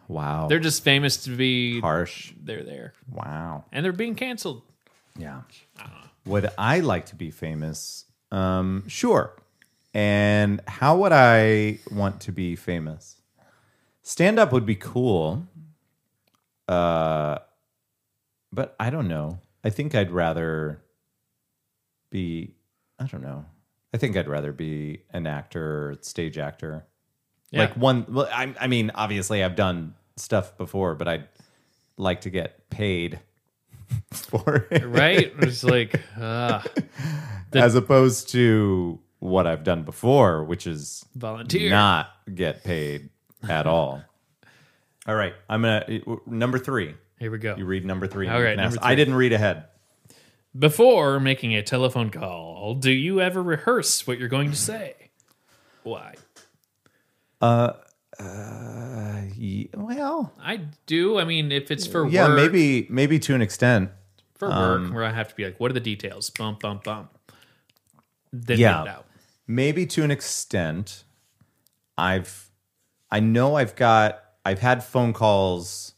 Wow. They're just famous to be, harsh. they're there Wow. and they're being canceled. Yeah. Uh-huh. Would I like to be famous? Um, sure. And how would I want to be famous? Stand up would be cool. Uh, but I don't know. I think I'd rather be, I don't know. I think I'd rather be an actor, stage actor. Yeah. Like one, well, I, I mean, obviously I've done stuff before, but I'd like to get paid [LAUGHS] for it [LAUGHS] Right? it's like, uh, as opposed to what I've done before, which is Volunteer. not get paid at all. [LAUGHS] all right, I'm gonna uh, number three. here we go. You read number three. All You right, can number ask- I didn't read ahead. Before making a telephone call, do you ever rehearse what you're going to say? Why? Ye- Well, I do. I mean, if it's for yeah, work, maybe maybe to an extent. for work Um, where I have to be like, what are the details? Bump, bump, bump. Then Yeah. get it out. maybe to an extent i've i know i've got i've had phone calls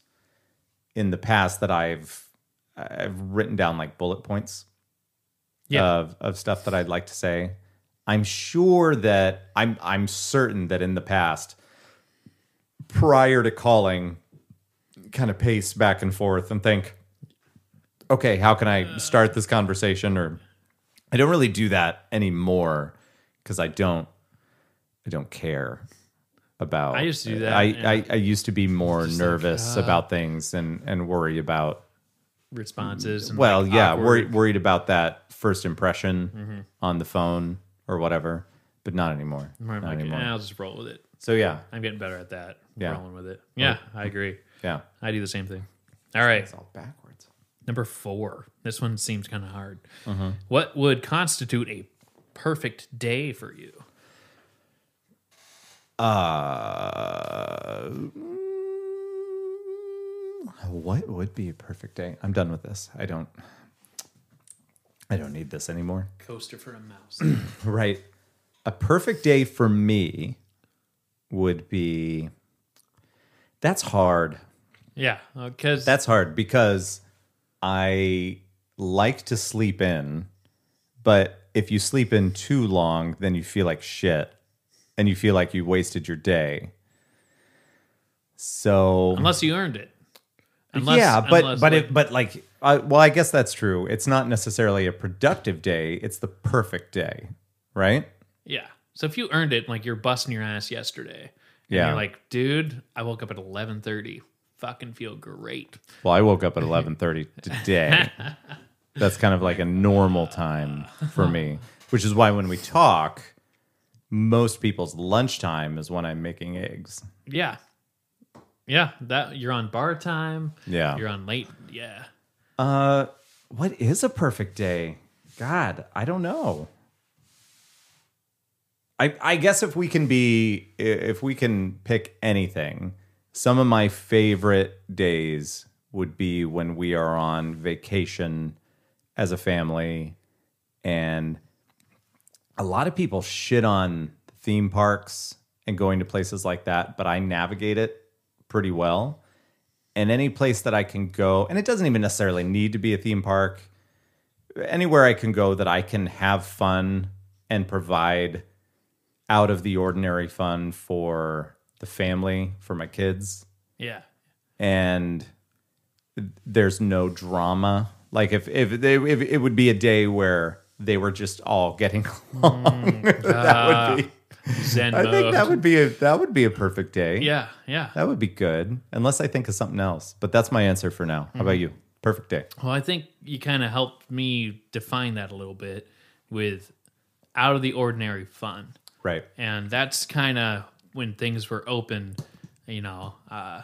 in the past that i've i've written down like bullet points Yeah. of of stuff that i'd like to say i'm sure that i'm i'm certain that in the past prior to calling kind of pace back and forth and think okay how can Mm. i start this conversation or I don't really do that anymore because I don't I don't care about I used to do that, I, yeah. I, I used [LAUGHS] to be more nervous about things and and worry about Responses. And well, like, yeah, awkward- Mm-hmm. worried worried about that first impression on the phone or whatever, but not anymore. where I'm Not like, anymore. "Eh, I'll just roll with it. So yeah, I'm getting better at that. Yeah. Rolling with it. Yeah, I agree. yeah. I do the same thing. All right. all backwards. Number four. This one seems kind of hard. Mm-hmm. What would constitute a perfect day for you? Uh, what would be a perfect day? I'm done with this. I don't. I don't need this anymore. [LAUGHS] Coaster for a mouse. [CLEARS THROAT] Right. A perfect day for me would be. That's hard. yeah. uh, Because That's hard because I like to sleep in, but if you sleep in too long, then you feel like shit and you feel like you wasted your day. So unless you earned it. Unless, yeah, but unless, but like, it, but like I well, I guess that's true. It's not necessarily a productive day. It's the perfect day, right? Yeah. So if you earned it, like you're busting your ass yesterday, and Yeah. you're like, dude, I woke up at eleven thirty. Fucking feel great. Well, I woke up at 11:30 today. That's kind of like a normal time for me, which is why when we talk, most people's lunchtime is when I'm making eggs. Yeah. Yeah. That you're on bar time. Yeah. You're on late. Yeah. Uh, what is a perfect day? God, I don't know. I I guess if we can be i- if we can pick anything, some of my favorite days would be when we are on vacation as a family and a lot of people shit on theme parks and going to places like that, but I navigate it pretty well and any place that I can go, and it doesn't even necessarily need to be a theme park, anywhere I can go that I can have fun and provide out of the ordinary fun for the family, for my kids, [LAUGHS] Yeah. and there's no drama. Like if if they if [LAUGHS] it would be a day where they were just all getting along, that would be Zen I mode. think that would be a that would be a perfect day. yeah, yeah. That would be good. Unless I think of something else. But that's my answer for now. How about you? Perfect day. Well, I think you kind of helped me define that a little bit with out of the ordinary fun. Right. And that's kind of when things were open, you know. Uh,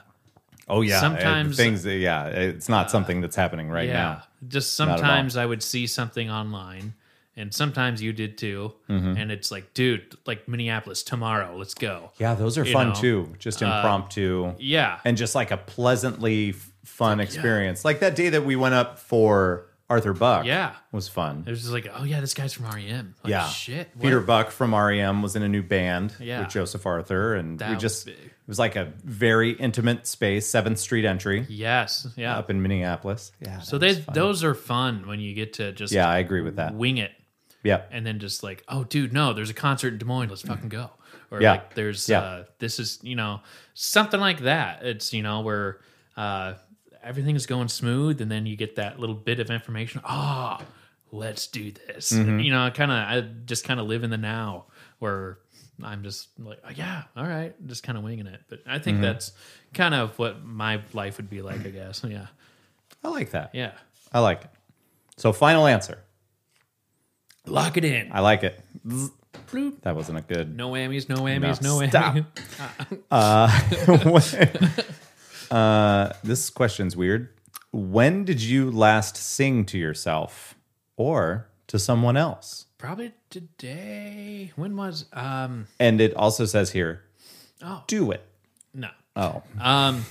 Oh yeah. Sometimes- things yeah, it's not something that's happening right yeah. now. Just at all. sometimes I would see something online, and sometimes you did too. Mm-hmm. And it's like, dude, like Minneapolis tomorrow, let's go. Yeah, those are You fun know, uh, too. Just impromptu. Yeah. and just like a pleasantly f- fun experience. Like that day that we went up for Arthur Buck. Yeah. Was fun. it was just like, oh yeah, this guy's from REM. Like, yeah. Shit. what- Peter Buck from REM was in a new band Yeah. with Joseph Arthur. And That we was just, big. it was like a very intimate space, 7th Street entry Yes. Yeah. up in Minneapolis. Yeah. so they those are fun when you get to just yeah, I agree with that. wing it yeah. and then just like, oh, dude, no, there's a concert in Des Moines. Let's fucking go. Or Yeah. like, there's Yeah. uh, this is you know something like that. It's you know where uh, everything is going smooth, and then you get that little bit of information. Ah, let's do this. Mm-hmm. You know, kind of I just kind of live in the now where. I'm just like, oh, yeah, all right, just kind of winging it. But I Mm-hmm. think that's kind of what my life would be like, I guess. Yeah. I like that. Yeah. I like it. So final answer. Lock it in. I like it. Bloop. That wasn't a good. No whammies, no whammies, no, No, whammies. stop. [LAUGHS] uh, this question's weird. When did you last sing to yourself or to someone else? probably today when was um And it also says here, Oh. do it. no Oh, um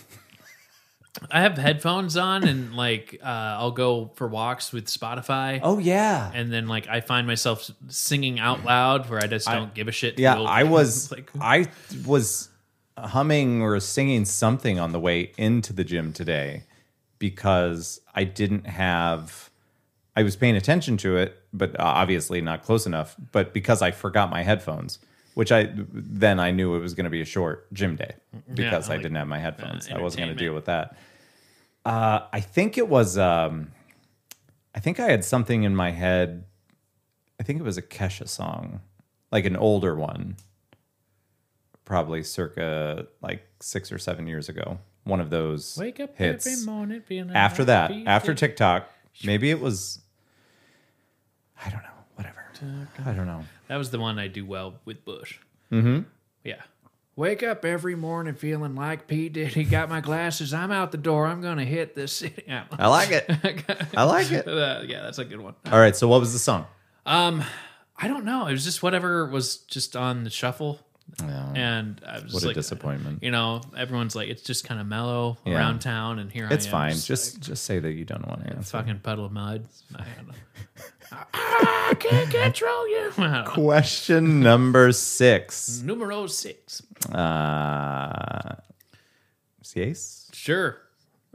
i have headphones on and like uh i'll go for walks with spotify oh yeah, and then like i find myself singing out loud where i just don't give a shit yeah. Well, [LAUGHS] I was, like I was humming or singing something on the way into the gym today because I didn't have. I was paying attention to it, but uh, obviously not close enough. But because I forgot my headphones, which I then I knew it was going to be a short gym day because I like, didn't have my headphones. I wasn't going entertainment. to deal with that. Uh, I think it was. Um, I think I had something in my head. I think it was a Kesha song, like an older one, probably circa like six or seven years ago. One of those wake up hits every morning being a after that, happy after day. TikTok, maybe it was. I don't know. Whatever. I don't know. that was the one i do well with bush mm-hmm yeah Wake up every morning feeling like P. Diddy. Got my glasses. I'm out the door. I'm going to hit this city. [LAUGHS] Yeah. I like it. [LAUGHS] I like it. Uh, yeah, that's a good one. [LAUGHS] All right. So what was the song? I don't know. It was just whatever was just on the shuffle, and I was What just Oh, a like, disappointment. You know, everyone's like, it's just kind of mellow Yeah. around town, and here I It's am, fine. just Just just say that you don't want to answer. fucking puddle of mud. I don't know. Ah, I can't control [LAUGHS] you. I don't know. [LAUGHS] Question number six. Numero six. Mm. Uh, seis? Sure.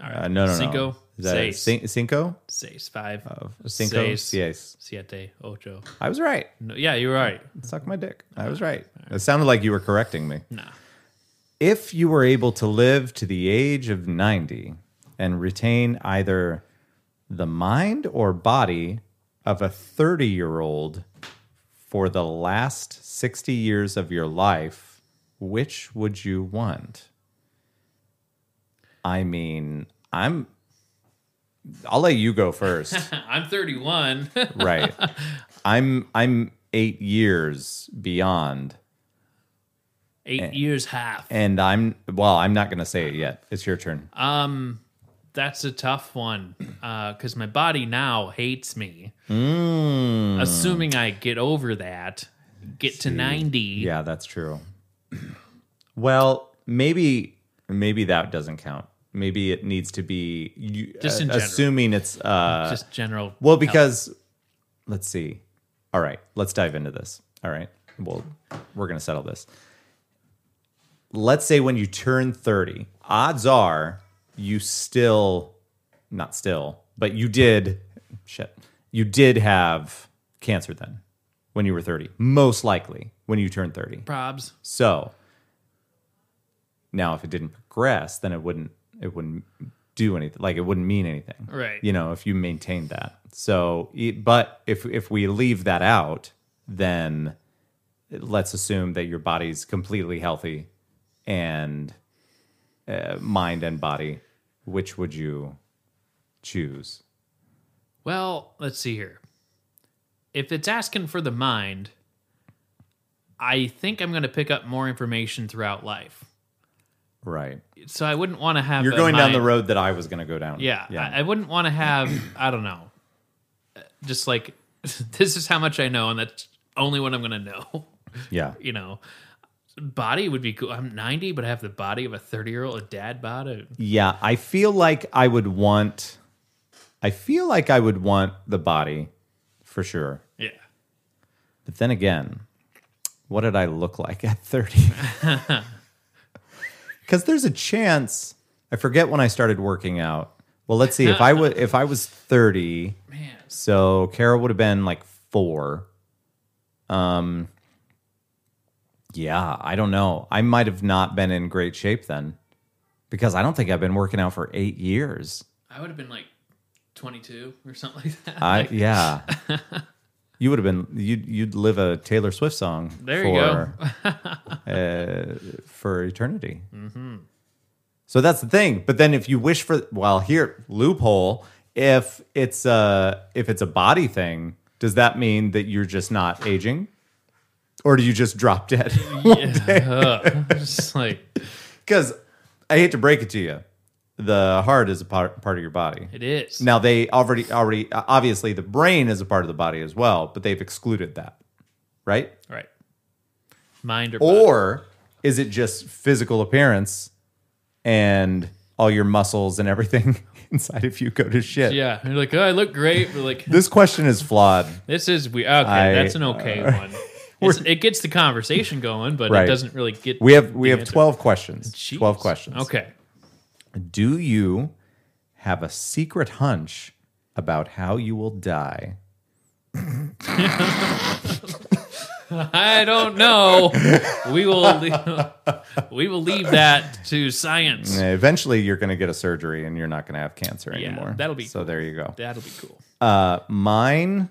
All right. Uh, no, no, Cinco. no. Is that Oh. seis. cin- cinco? seis. Five. Cinco? Seis. Seis. Siete. Ocho. I was right. No, yeah, you're right. Suck my dick. I was right. It sounded like you were correcting me. Nah. [LAUGHS] if you were able to live to the age of 90 and retain either the mind or body of a 30 year old for the last 60 years of your life, which would you want? I mean, I'm. I'll let you [LAUGHS] go first. I'm 31. right. I'm I'm 8 years beyond [LAUGHS] Eight years half. and I'm well, I'm not going to say it yet. It's your turn. Uh, That's a tough one [CLEARS THROAT] because my body now hates me. Hmm. Assuming I get over that, get to 90. Yeah, that's true. [CLEARS THROAT] well, maybe maybe that doesn't count. Maybe it needs to be you, uh, Just in general. assuming it's uh Just general. well because let's see. All right, let's dive into this. All right. Well, we're going to settle this. Let's say when you turn 30, odds are you still not still, but you did shit. You did have cancer then when you were 30. Most likely when you turned 30. probs. So now if it didn't progress, then it wouldn't it wouldn't do anything. Like it wouldn't mean anything. Right. You know, if you maintained that. So e- but if if we leave that out, then let's assume that your body's completely healthy and uh, mind and body, which would you choose? Well, let's see here. If it's asking for the mind, I think I'm going to pick up more information throughout life. Right. So I wouldn't want to have. You're a going down the mind- road that I was going to go down. Yeah, Yeah. I, I wouldn't want to have. [CLEARS THROAT] I don't know. uh, Just like [LAUGHS] this is how much I know, and that's only what I'm going to know. [LAUGHS] yeah. you know, body would be cool. I'm 90, but I have the body of a 30 year old, a dad body. Yeah, I feel like I would want I feel like I would want the body for sure. Yeah. But then again, what did I look like at 30? Cuz there's a chance I forget when I started working out. Well, let's see if I would if I was 30, Man. so Carol would have been like 4. Um yeah, I don't know. I might have not been in great shape then because I don't think I've been working out for 8 years. I would have been like 22 or something like that. [LAUGHS] I Like, yeah. you would have been you'd you'd live a Taylor Swift song There you for [LAUGHS] uh, for eternity. Mm-hmm. So that's the thing. But then if you wish for well here loophole if it's a if it's a body thing, does that mean that you're just not aging? Or do you just drop dead? [LAUGHS] [LAUGHS] just like Because I hate to break it to you, the heart is a part, part of your body. it is. Now they already already uh, obviously the brain is a part of the body as well, but they've excluded that, right? Right. Mind or, body. Or is it just physical appearance and all your muscles and everything [LAUGHS] inside of you go to shit? Yeah. You're like, oh, I look great, but like, This question is flawed. this is we Okay. that's an okay [LAUGHS] one. It's, it gets the conversation going, but uh, Right. it doesn't really get. We have we the have answer. twelve questions. Jeez. Twelve questions. Okay. Do you have a secret hunch about how you will die? I don't [LAUGHS] know. we will leave, [LAUGHS] we will leave that to science. Eventually, you're going to get a surgery, and you're not going to have cancer Yeah, anymore. that'll be so. cool. There you go. That'll be cool. Uh, mine,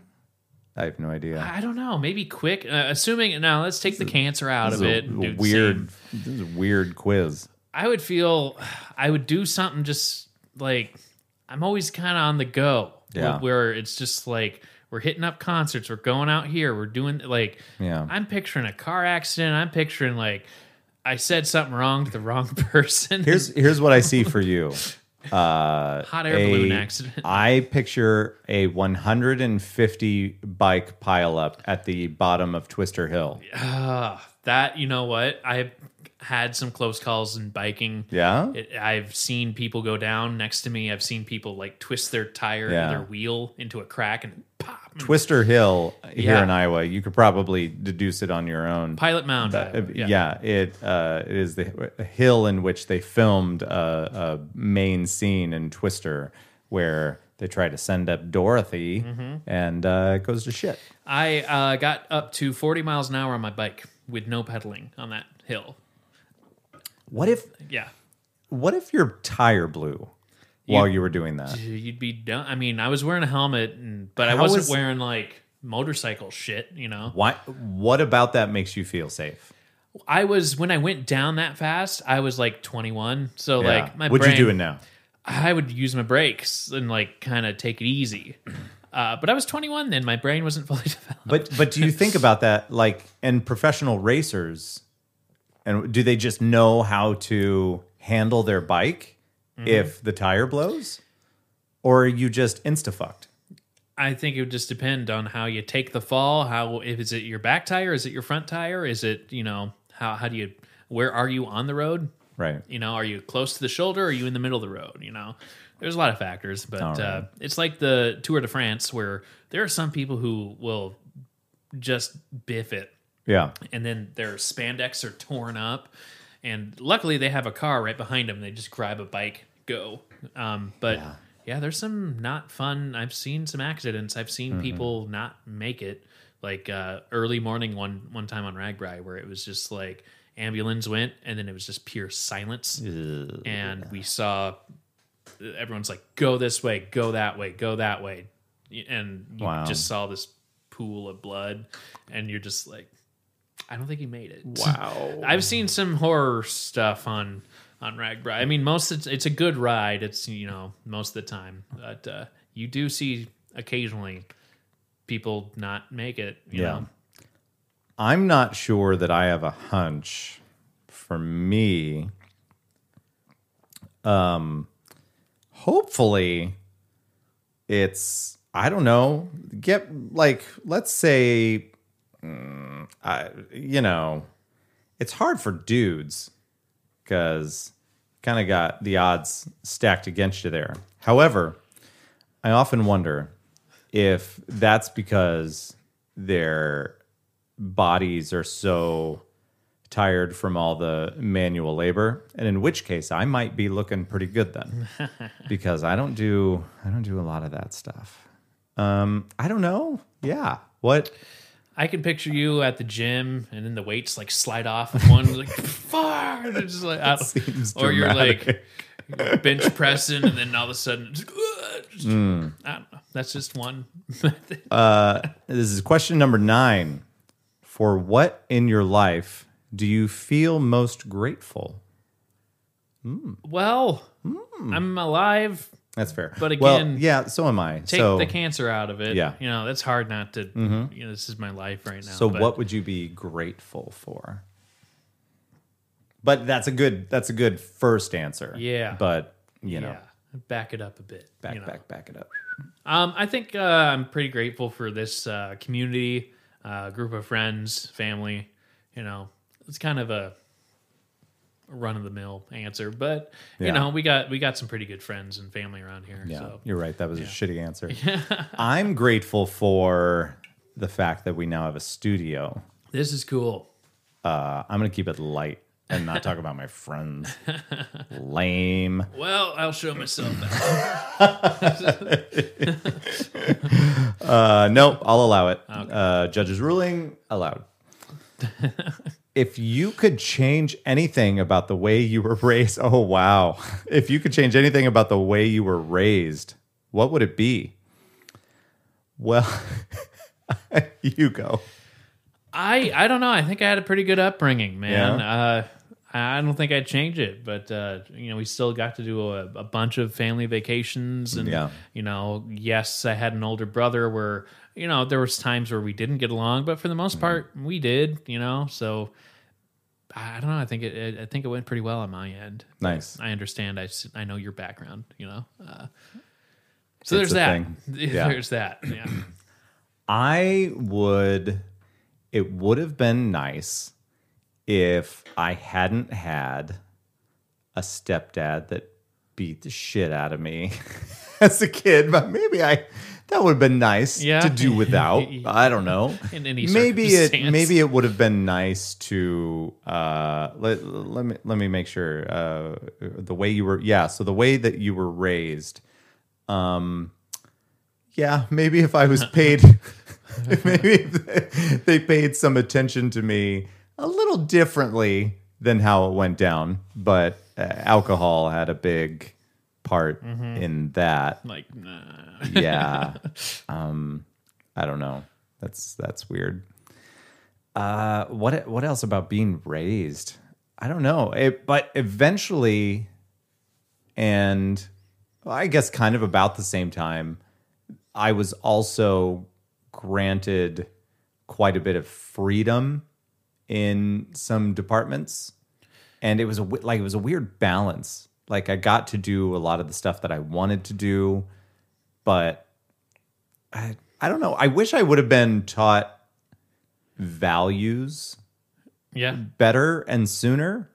I have no idea. I don't know. Maybe quick. Uh, assuming now, let's take the cancer out This of is a it. and do the same. weird, this is a weird quiz. I would feel. I would do something just like I'm always kind of on the go. Where, Yeah. where it's just like we're hitting up concerts. We're going out here. We're doing like. Yeah. I'm picturing a car accident. I'm picturing like I said something wrong to the wrong [LAUGHS] person. Here's here's what I see for you. Uh, Hot [LAUGHS] air balloon accident. [LAUGHS] I picture a 150 bike pileup at the bottom of Twister Hill. Ah, that you know what I've had some close calls in biking. Yeah? it, I've seen people go down next to me. I've seen people like twist their tire Yeah. and their wheel into a crack and pop. and Twister Hill here Yeah. in Iowa. You could probably deduce it on your own. Pilot Mound. Uh, Iowa. yeah. it uh, it is the a hill in which they filmed uh, a, a main scene in Twister where they try to send up Dorothy, Mm-hmm. and uh, it goes to shit. I uh, got up to 40 miles an hour on my bike with no pedaling on that hill. What if Yeah. what if your tire blew while you were doing that? You'd be done. I mean, I was wearing a helmet, and, but I How wasn't is- wearing like motorcycle shit, you know? Why? What about that makes you feel safe? I was, when I went down that fast, I was like 21. So, Yeah. like, my what'd brain, you do it now? I would use my brakes and like kind of take it easy. Uh, but I was 21 then. My brain wasn't [LAUGHS] fully developed. [LAUGHS] But but do you think about that like and professional racers and do they just know how to handle their bike if the tire blows? Or are you just insta fucked? I think it would just depend on how you take the fall. How if is it your back tire? Is it your front tire? Is it you know how how do you where are you on the road? Right. You know, are you close to the shoulder? Or are you in the middle of the road? You know, there's a lot of factors, but All right. uh, it's like the Tour de France where there are some people who will just biff it Yeah. and then their spandex are torn up. And luckily, they have a car right behind them. They just grab a bike, go. Um, but yeah. there's some not fun. I've seen some accidents. I've seen people not make it. Like uh, early morning one one time on Ragbri, where it was just like ambulance went, and then it was just pure silence. And we saw everyone's like, "Go this way, go that way, go that way," and you Wow. just saw this pool of blood, and you're just like, I don't think he made it. [LAUGHS] Wow. I've seen some horror stuff on on Ragbri. I mean, most it's, it's a good ride. It's you know most of the time, but uh, you do see occasionally people not make it. You Yeah. know, I'm not sure that I have a hunch. For me, um, hopefully, it's I don't know. Get like let's say, mm, I you know, it's hard for dudes because kind of got the odds stacked against you there. However, I often wonder if that's because they're bodies are so tired from all the manual labor and in which case i might be looking pretty good [LAUGHS] then because i don't do i don't do a lot of that stuff um i don't know yeah what I can picture you at the gym, and then the weights like slide off with one like [LAUGHS] far, and it's just [LAUGHS] like I don't- seems Uh, or you're like [LAUGHS] bench pressing, and then all of a sudden, it's, like, just, Hmm. I don't know. That's just one. method. this is question number nine for what in your life do you feel most grateful well, Hmm. I'm alive. that's fair But Well, again, yeah so am i Take so the cancer out of it. Yeah. Mm-hmm. you know that's hard not to. You know, this is my life right now. So but- what would you be grateful for? But that's a good that's a good first answer. Yeah. But you know, Yeah, back it up a bit. back you know. back back it up. Um, I think uh, I'm pretty grateful for this uh, community, uh, group of friends, family. You know, it's kind of a run of the mill answer, but Yeah. you know, we got we got some pretty good friends and family around here. Yeah. So You're right. That was a shitty [LAUGHS] answer. I'm grateful for the fact that we now have a studio. this is cool. Uh, I'm gonna keep it light and not talk about my friends. [LAUGHS] Lame. Well, I'll show myself. That. Uh, no, I'll allow it. Uh, judge's ruling allowed. [LAUGHS] if you could change anything about the way you were raised, oh wow! [LAUGHS] If you could change anything about the way you were raised, what would it be? Well, [LAUGHS] you go. I I don't know. I think I had a pretty good upbringing, man. Uh, I don't think I'd change it, but uh, you know, we still got to do a, a bunch of family vacations, and Yeah. you know, yes, I had an older brother where you know there was times where we didn't get along, but for the Mm-hmm. most part, we did. You know, so I I don't know. I think it, it I think it went pretty well on my end. Nice. I understand. I s- I know your background. You know, uh, so there's It's a that. [LAUGHS] thing. Yeah. There's that. Yeah. I would. It would have been nice if I hadn't had a stepdad that beat the shit out of me [LAUGHS] as a kid, but maybe I that would have been nice Yeah. to do without. I don't know. In any [LAUGHS] maybe it circumstance. maybe it would have been nice to uh, let let me let me make sure uh, the way you were yeah so the way that you were raised. Um, yeah, maybe if I was [LAUGHS] paid, [LAUGHS] maybe if they paid some attention to me a little differently than how it went down. But uh, alcohol had a big part Mm-hmm. in that. like, nah. Yeah, um, I don't know. That's that's weird. Uh, what what else about being raised? I don't know. It, but eventually, and well, I guess kind of about the same time, I was also granted quite a bit of freedom in some departments, and it was a, wi- like it was a weird balance. Like I got to do a lot of the stuff that I wanted to do, but I, I don't know. I wish I would have been taught values yeah. better and sooner.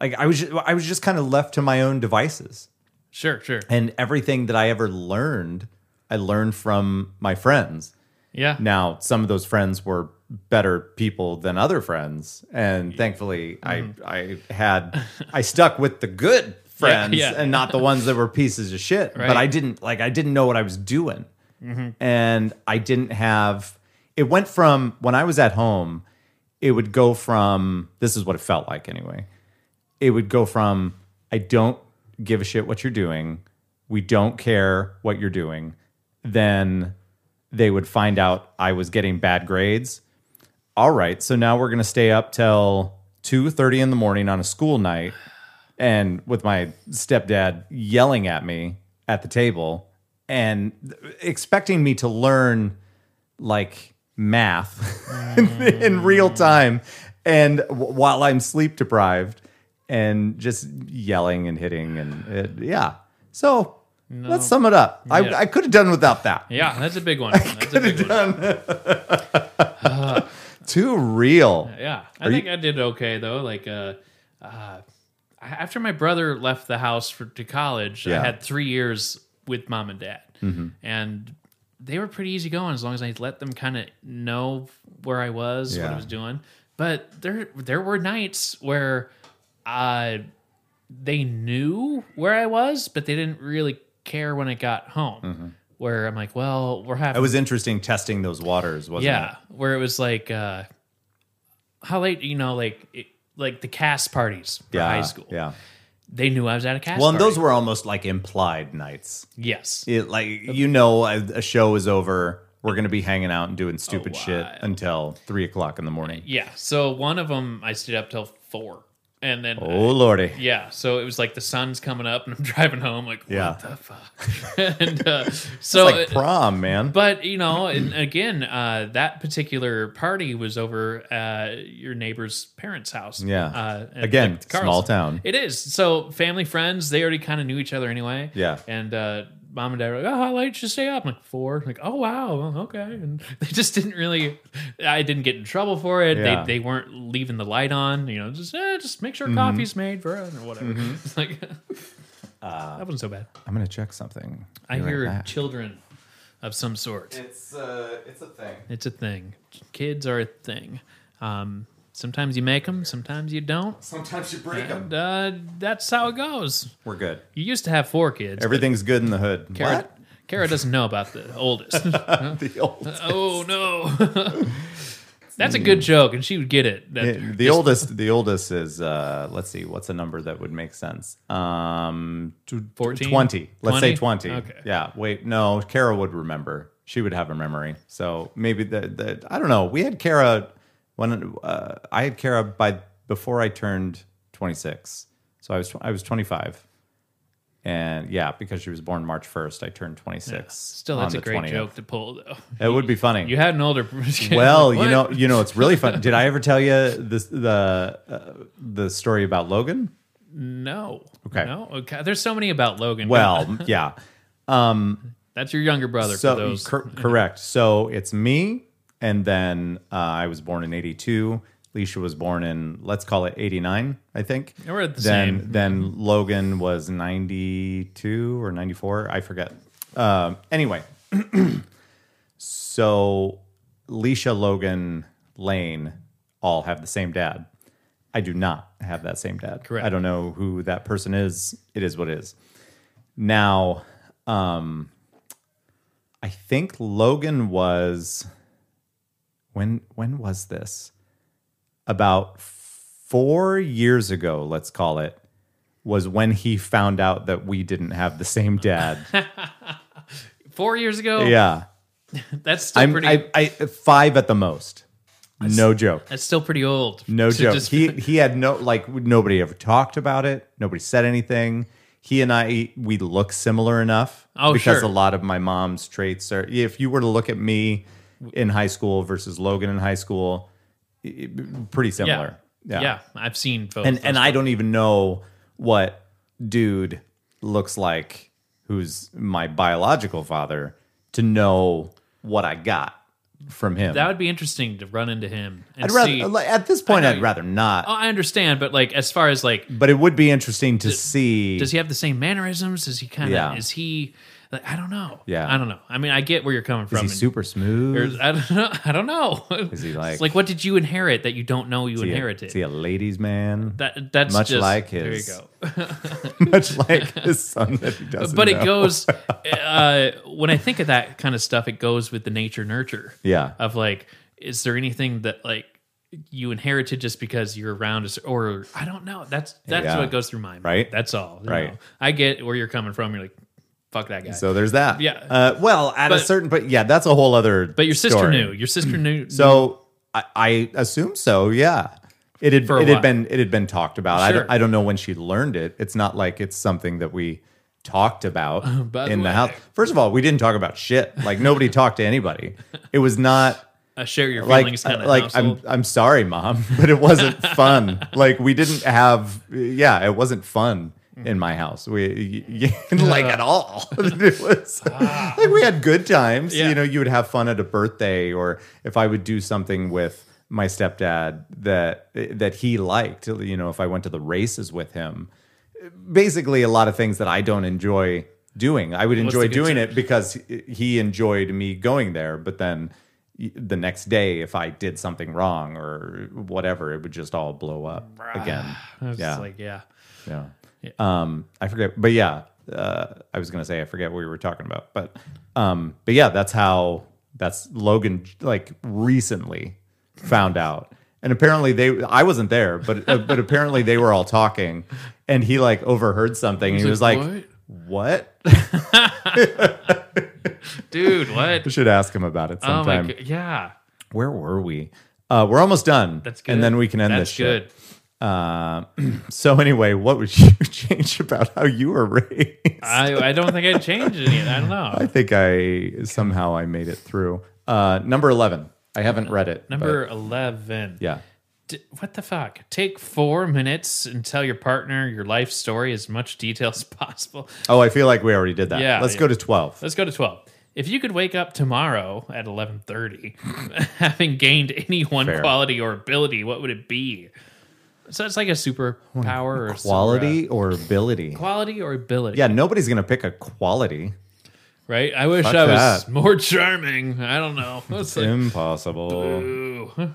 Like I was, ju- I was just kind of left to my own devices, Sure. Sure. and everything that I ever learned, I learned from my friends. Yeah. Now, some of those friends were better people than other friends, and thankfully, I I had I stuck with the good friends Mm-hmm. yeah. and not the ones that were pieces of shit. But Right. I didn't like I didn't know what I was doing, and I didn't have. It went from when I was at home, it would go from this is what it felt like anyway. It would go from I don't give a shit what you're doing, we don't care what you're doing, then they would find out I was getting bad grades. all right, so now we're gonna stay up till two thirty in the morning on a school night, and with my stepdad yelling at me at the table and expecting me to learn like math [LAUGHS] in, Mm. in real time and w- while I'm sleep deprived and just yelling and hitting and it, yeah. So let's sum it up. Yeah. I, I could have done without that. [LAUGHS] Yeah, that's a big one. That's a big one. [LAUGHS] Too real. Yeah, I think I did okay though. Like, uh, uh, after my brother left the house for to college, Yeah. Mm-hmm. I had three years with mom and dad, and they were pretty easy going as long as I let them kind of know where I was, what Yeah. I was doing. But there, there were nights where uh, they knew where I was, but they didn't really care when I got home. Mm-hmm. Where I'm like, well, we're having It was interesting testing those waters, wasn't yeah, it? where it was like uh how late you know like it, like the cast parties for Yeah. high school. Yeah. They knew I was at a cast Well, and party. those were almost like implied nights. yes. It like you know a, a show is over. We're gonna be hanging out and doing stupid shit until three o'clock in the morning. Oh, Yeah. So one of them I stayed up till 4 and then uh, Oh lordy. yeah, so it was like the sun's coming up and I'm [LAUGHS] driving home like what Yeah. the fuck. [LAUGHS] and uh, so It's like it- prom, man. but you know, and again, uh, that particular party was over at your neighbor's parents' house. Yeah. Uh, at Again, the Carl's. small town. It is. So family friends, they already kind of knew each other anyway. Yeah. And uh, mom and dad were like, "Oh, how late you stay up?" I'm like four. I'm like, oh wow, well, okay. And [LAUGHS] they just didn't really. I didn't get in trouble for it. Yeah. Mm-hmm. They, they weren't leaving the light on. You know, just eh, just make sure coffee's made, bro, or whatever. It's [LAUGHS] like that wasn't so bad. I'm gonna check something. I Be right Ah. hear back. children of some sort. It's uh, it's a thing. It's a thing. Kids are a thing. Um, sometimes you make them, sometimes you don't. Sometimes you break And uh, that's how it goes. We're good. You used to have four kids. Everything's good in the hood. Kara, Kara doesn't know about the [LAUGHS] [LAUGHS] oldest. What? The old, oh no. [LAUGHS] that's a good joke, and she would get it. [LAUGHS] That, the oldest, the oldest is uh, let's see, what's a number that would make sense? Um, tw- 14? twenty. Let's say 20? twenty. Okay. Yeah. Wait, no. Kara would remember. She would have a memory. So maybe that. that- I don't know. We had Kara when uh, I had Kara by before I turned twenty six. So I was tw- I was twenty five. And yeah, because she was born March first, I turned twenty six. Still, that's a great joke to pull, though. It would be funny. You had an older. [LAUGHS] Well, you What? know, you know, it's really fun. Did I ever tell you this, the uh, the story about Logan? no. Okay. No. Okay. There's so many about Logan. [LAUGHS] Well, yeah. that's your younger brother. So for those. cor- correct. So it's me, and then uh, I was born in '82. Leisha was born in let's call it '89, I think. We're at the then, same. Then Logan was '92 or '94. I forget. Um, anyway, [CLEARS THROAT] so Leisha, Logan, Lane all have the same dad. I do not have that same dad. Correct. I don't know who that person is. It is what it is. Now, um, I think Logan was when when was this? About four years ago, let's call it, was when he found out that we didn't have the [LAUGHS] same dad. four years ago. yeah, That's still I'm pretty. I, I five at the most. No joke. that's still pretty old. [LAUGHS] No to joke. just- He he had no like nobody ever talked about it. Nobody said anything. He and I we look similar enough Oh, because sure. a lot of my mom's traits are. If you were to look at me in high school versus Logan in high school, i- i- pretty similar. Yeah. I've seen both. and and I don't even know what dude looks like who's my biological father to know what I got from him. that would be interesting to run into him and I'd rather see. like, at this point know I'd you- rather not. oh, I understand, but like as far as like, but it would be interesting to see. does he have the same mannerisms? Is he kind of? Yeah. Is he? Like, I don't know. Yeah. I don't know. I mean, I get where you're coming is from. he and super there's- smooth? I don't know. [LAUGHS] I don't know. Is he It's like- like what did you inherit that you don't know you Is he a- inherited? Is he a ladies' man? that that's much just, like his- There you go. [LAUGHS] [LAUGHS] Much like his son that he doesn't. But it know. [LAUGHS] goes uh, when I think of that kind of stuff. It goes with the nature nurture. Yeah. of like is there anything that like you inherited just because you're around us or i don't know that's that's Yeah. what goes through my mind Right. that's all you Right. know. i get where you're coming from you're like fuck that guy so there's that. Yeah. Uh, well, at a But- certain point, yeah, that's a whole other. but your sister story. knew your sister knew [CLEARS THROAT] So I, I assume so. Yeah. It had Mm-hmm. For a it had while. been it had been talked about. I Sure. don't I don't know when she learned it. It's not like it's something that we talked about [LAUGHS] by the in the, way. house. First of all, we didn't talk about shit. Like nobody talked to anybody. It was not I uh, share your like uh, feelings kind of like I'm I'm sorry, mom, [LAUGHS] but [LAUGHS] it wasn't fun. Like we didn't have yeah, it wasn't fun Hmm. in my house. We [LAUGHS] y- [LAUGHS] y- like at all. [LAUGHS] it was like we had good times. Ah. Yeah. You know, you would have fun at a birthday or if I would do something with my stepdad that that he liked, you know, if I went to the races with him. Basically a lot of things that I don't enjoy doing. I would What's enjoy the good doing time? it because he enjoyed me going there but then the next day if i did something wrong or whatever it would just all blow up again yeah yeah. like yeah. yeah um i forget but yeah uh, i was gonna say i forget what we were talking about but um but yeah that's how that's logan like recently found out and apparently they i wasn't there but uh, but apparently they were all talking and he like overheard something and he was like what [LAUGHS] dude, what? [LAUGHS] I should ask him about it oh my sometime. god, yeah. Where were we? Uh, we're almost done. That's good. And then we can end That's this good. shit. Uh, [CLEARS THROAT] so anyway, what would [LAUGHS] you change about how you were raised? I, I don't think I'd change any of it. I don't know. [LAUGHS] I think I somehow I made it through. Uh, number eleven. I haven't read it. Number 11. but yeah. D- what the fuck? Take four minutes and tell your partner your life story as much detail as possible. Oh, I feel like we already did that. Yeah, Let's yeah. go to twelve. Let's go to 12. If you could wake up tomorrow at 11:30 [LAUGHS] having gained any one Fair. quality or ability, what would it be? So it's like a superpower or super, Quality or ability? uh, quality or ability. Yeah, nobody's gonna pick a quality. Right? I wish Fuck I was that. more charming. I don't know. [LAUGHS] It's like, [LAUGHS] Impossible ooh.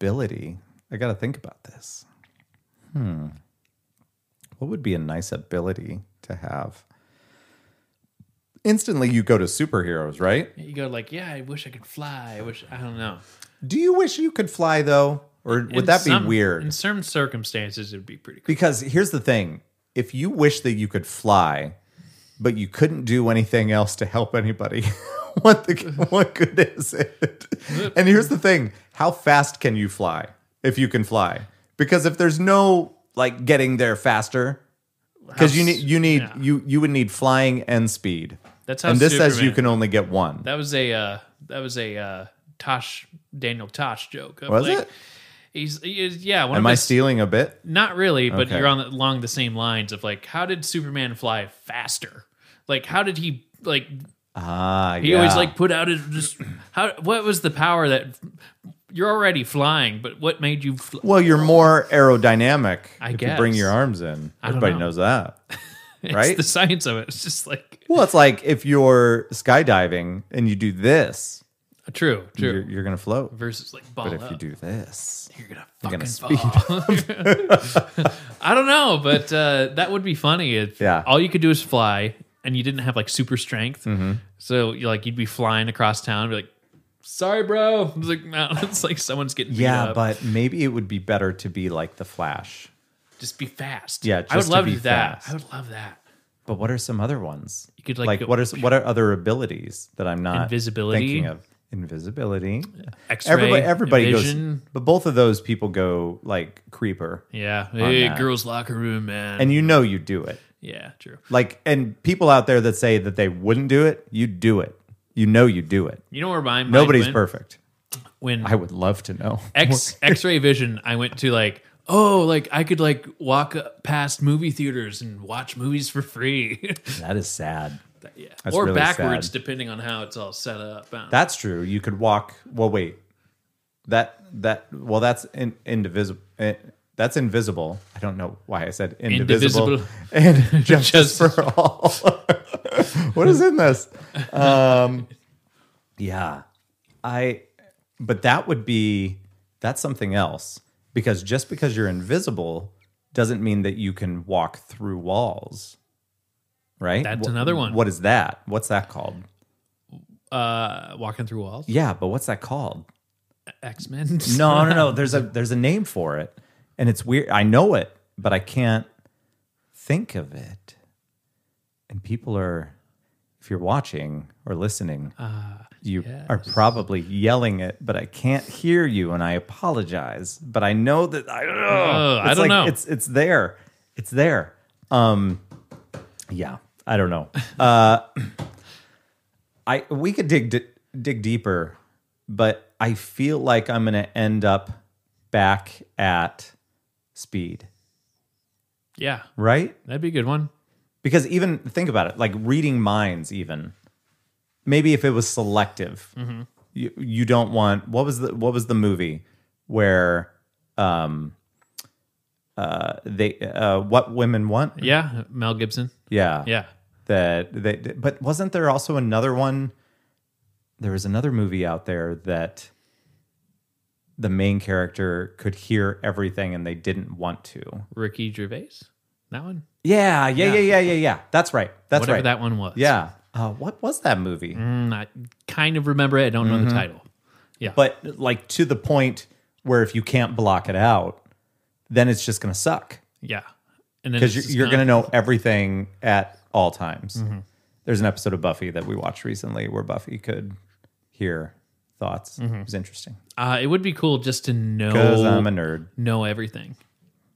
ability. I gotta think about this. Hmm. What would be a nice ability to have? Instantly, you go to superheroes, right? You go like, yeah, I wish I could fly. I wish I don't know. Do you wish you could fly though, or would In that be some- weird? In certain circumstances, it'd be pretty cool. Because here's the thing if you wish that you could fly, but you couldn't do anything else to help anybody, [LAUGHS] what, the, [LAUGHS] what good is it? And here's the thing how fast can you fly if you can fly? Because if there's no like getting there faster, because you How need s- you need yeah. you you would need flying and speed. That's how And this says you Superman- can only get one. That was a uh, that was a uh, Tosh Daniel Tosh joke. of, Was like, it? He's, he is- yeah. One Am of I his- stealing a bit? Not really, but Okay. you're on the, along the same lines of like, how did Superman fly faster? Like, how did he like? Ah, He yeah. always like put out his just how. What was the power that you're already flying? But what made you? Fl- Well, you're more aerodynamic I if you bring guess. your arms in. I don't Everybody know. knows that. [LAUGHS] it's right? the science of it. It's just like Well, it's like if you're skydiving and you do this, true, true. you're, you're gonna float. Versus like ball But if up. you do this, You're gonna gonna fucking fall. [LAUGHS] I don't know, but uh, that would be funny if Yeah. all you could do is fly, and you didn't have like super strength. Mm-hmm. So you like you'd be flying across town, and be like, "Sorry, bro." It's like, no, [LAUGHS] it's like someone's getting beat yeah, up. but maybe it would be better to be like the Flash. just be fast. Yeah, I would just to love be that. fast. I would love that. But what are some other ones? You could, like, go- what are what are other abilities that I'm not Invisibility. thinking of? Invisibility. X-ray, Everybody, everybody goes, vision. but both of those people go like creeper, Yeah, hey, that. girls' locker room, man. and you know you do it. yeah, true. Like, and people out there that say that they wouldn't do it, you do it. You know you do it. You know where my mind Nobody's went? perfect. When I would love to know. X [LAUGHS] X-ray vision. I went to like, oh, like I could like walk up past movie theaters and watch movies for free, That is sad. yeah, [LAUGHS] That's or really backwards sad. depending on how it's all set up. I don't know. That's true. You could walk. Well, wait. That that well, that's in, indivisible. eh, that's invisible. I don't know why I said indivisible. Indivisible. [LAUGHS] [LAUGHS] And just, Just- for all. [LAUGHS] what is in this? Um, yeah, I. But that would be that's something else because just because you're invisible doesn't mean that you can walk through walls. Right. That's Wh- another one. What is that? What's that called? uh, walking through walls, Yeah, but what's that called? X [LAUGHS] Men. No, no, no. There's a there's a name for it, and it's weird. I know it, but I can't think of it. And people are if you're watching or listening, Uh, you are probably yelling it, but I can't hear you, and I apologize. But I know that I don't know. Ugh, I it's don't like, know. It's it's there. It's there. Um, yeah, I don't know. Uh, [CLEARS THROAT] I we could dig d- dig deeper, but I feel like I'm going to end up back at speed, Yeah, right? that'd be a good one. because even think about it like reading minds even maybe if it was selective you, you don't want what was the what was the movie where um uh they uh what women want Yeah, Mel Gibson. yeah Yeah, that they but wasn't there also another one there was another movie out there that the main character could hear everything and they didn't want to Ricky Gervais. That one. yeah yeah yeah yeah yeah yeah, that's right that's Whatever right that one was. yeah uh, what was that movie Mm, I kind of remember it. I don't Mm-hmm. know the title. but like to the point where if you can't block it out, then it's just gonna suck Yeah, and then it's because you're, just you're kinda- gonna know everything at all times. There's an episode of Buffy that we watched recently where Buffy could hear thoughts. It was interesting Uh, it would be cool just to because know I'm a nerd. know everything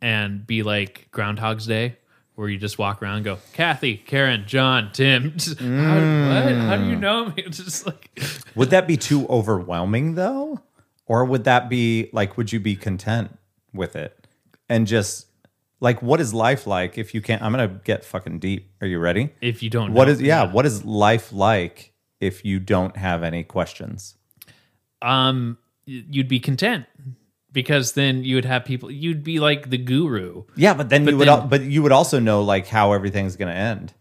and be like Groundhog's Day, where you just walk around and go, Kathy, Karen, John, Tim. [LAUGHS] Just, how, what? how Mm. do you know me? [LAUGHS] It's just like, Would that be too overwhelming though, or would that be like would you be content with it and just like what is life like if you can't? I'm gonna get fucking deep. Are you ready? if you don't What know. is yeah, what is life like if you don't have any questions? um, y- you'd be content because then you would have people, you'd be like the guru. Yeah, but then you would then- al- but you would also know like how everything's going to end.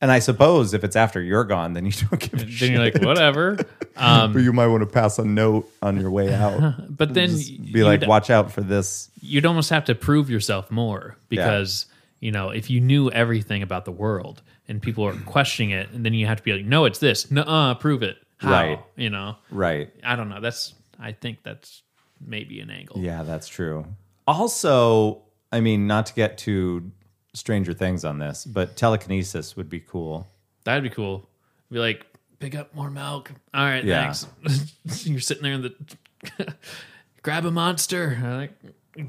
And I suppose if it's after you're gone, then you [LAUGHS] don't give a Then shit. you're like, whatever. Um, But you might want to pass a note on your way out. [LAUGHS] but then Just be like, you'd- watch out for this. you'd almost have to prove yourself more because you know if you knew everything about the world and [CLEARS THROAT] people are questioning it and then you have to be like no it's this no prove it How? Right. you know Right. i don't know that's i think that's maybe an angle Yeah, that's true. Also, I mean, not to get too Stranger Things on this, but telekinesis would be cool. that'd be cool be like pick up more milk all right Yeah. thanks [LAUGHS] you're sitting there in the [LAUGHS] grab a monster I like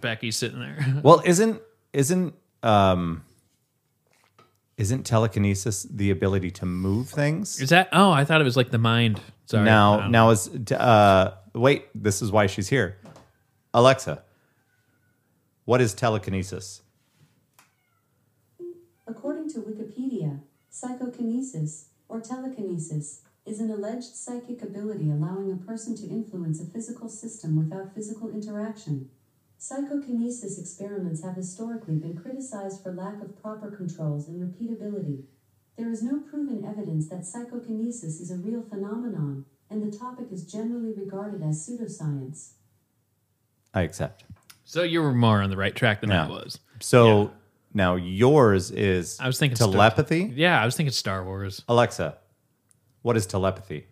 becky's sitting there [LAUGHS] Well, isn't isn't um isn't telekinesis the ability to move things? is that oh i thought it was like the mind sorry Um, I now don't now is uh wait, this is why she's here. Alexa. What is telekinesis? According to Wikipedia, psychokinesis, or telekinesis, is an alleged psychic ability allowing a person to influence a physical system without physical interaction. Psychokinesis experiments have historically been criticized for lack of proper controls and repeatability. There is no proven evidence that psychokinesis is a real phenomenon, and the topic is generally regarded as pseudoscience. I accept. so you were more on the right track than i Yeah. was So now yours is I was thinking star- telepathy. yeah i was thinking star wars Alexa, what is telepathy?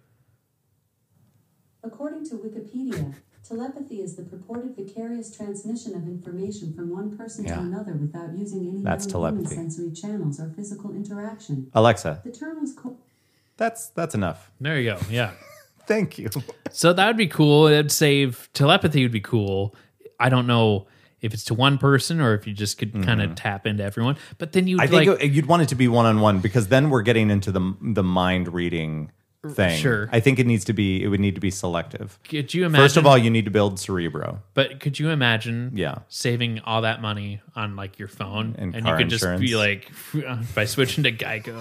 According to Wikipedia, telepathy is the purported vicarious transmission of information from one person Yeah. to another without using any That's known human telepathy. sensory channels or physical interaction. Alexa, The term was co- that's that's enough. There you go. Yeah. [LAUGHS] Thank you. [LAUGHS] so that would be cool. It'd save telepathy would be cool. I don't know if it's to one person or if you just could kind of tap into everyone. But then you Mm-hmm. I would think like it- you'd want it to be one on one because then we're getting into the the mind reading thing. Sure. I think it needs to be it would need to be selective. could you imagine First of all, you need to build Cerebro. but could you imagine Yeah. saving all that money on like your phone And you car could just be like [LAUGHS] by switching to Geico.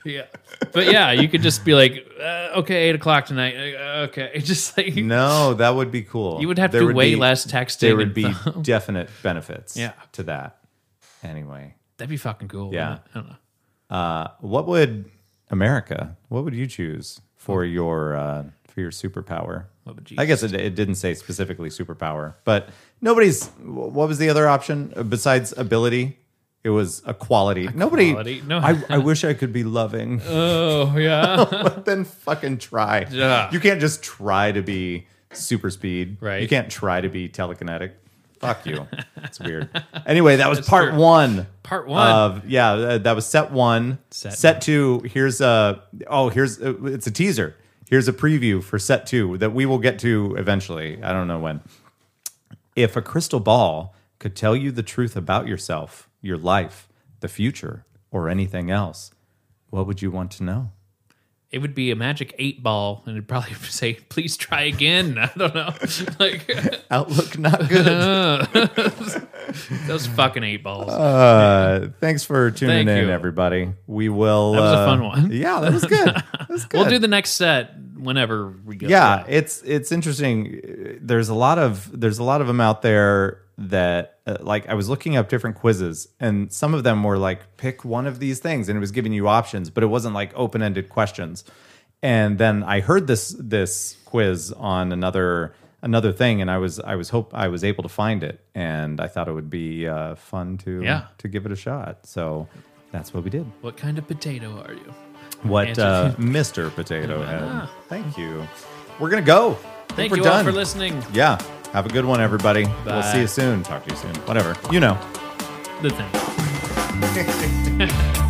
[LAUGHS] yeah. But yeah, you could just be like uh, okay, 8 o'clock tonight. Uh, okay. [LAUGHS] Just like No, that would be cool. you would have to There do way be- less texting. There and [LAUGHS] would be phone. definite benefits Yeah. to that. Anyway, That'd be fucking cool. Yeah. wouldn't it? I don't know. uh, what would America? What would you choose for your uh, for your superpower? What would you I guess it, it didn't say specifically superpower, but nobody's. What was the other option uh, besides ability? It was a quality. Nobody. quality? No. I, I wish I could be loving, [LAUGHS] Oh, yeah. [LAUGHS] but then fucking try. Yeah. You can't just try to be super speed. Right. You can't try to be telekinetic. Fuck you. It's [LAUGHS] weird. Anyway, that was part one. Part one. Of yeah, uh, that was set one. Set two. Here's a oh here's uh, it's a teaser. Here's a preview for set two that we will get to eventually. I don't know when. If a crystal ball could tell you the truth about yourself, your life, the future, or anything else, what would you want to know? it would be a magic eight ball, and it'd probably [LAUGHS] say, "Please try again." [LAUGHS] I don't know, like [LAUGHS] Outlook not good. those fucking eight balls. [LAUGHS] Uh, thanks for tuning Thank in, you. everybody. We will. That was a fun one. Yeah, that was good. That was [LAUGHS] good. we'll do the next set whenever we get. yeah, to it's it's interesting. There's a lot of there's a lot of them out there that uh, like I was looking up different quizzes and some of them were like pick one of these things and it was giving you options, but it wasn't like open-ended questions. And then I heard this this quiz on another another thing and I was I was hope I was able to find it and I thought it would be uh, fun to Yeah. to give it a shot. So that's what we did. that. What kind of potato are you? What Answer. [LAUGHS] Ah. uh, Mr. Potato Head. Thank you. We're going to go. I think Thank we're you all done. for listening. Yeah. Have a good one, everybody. We'll Bye. see you soon. Talk to you soon. Whatever. You know. The thing.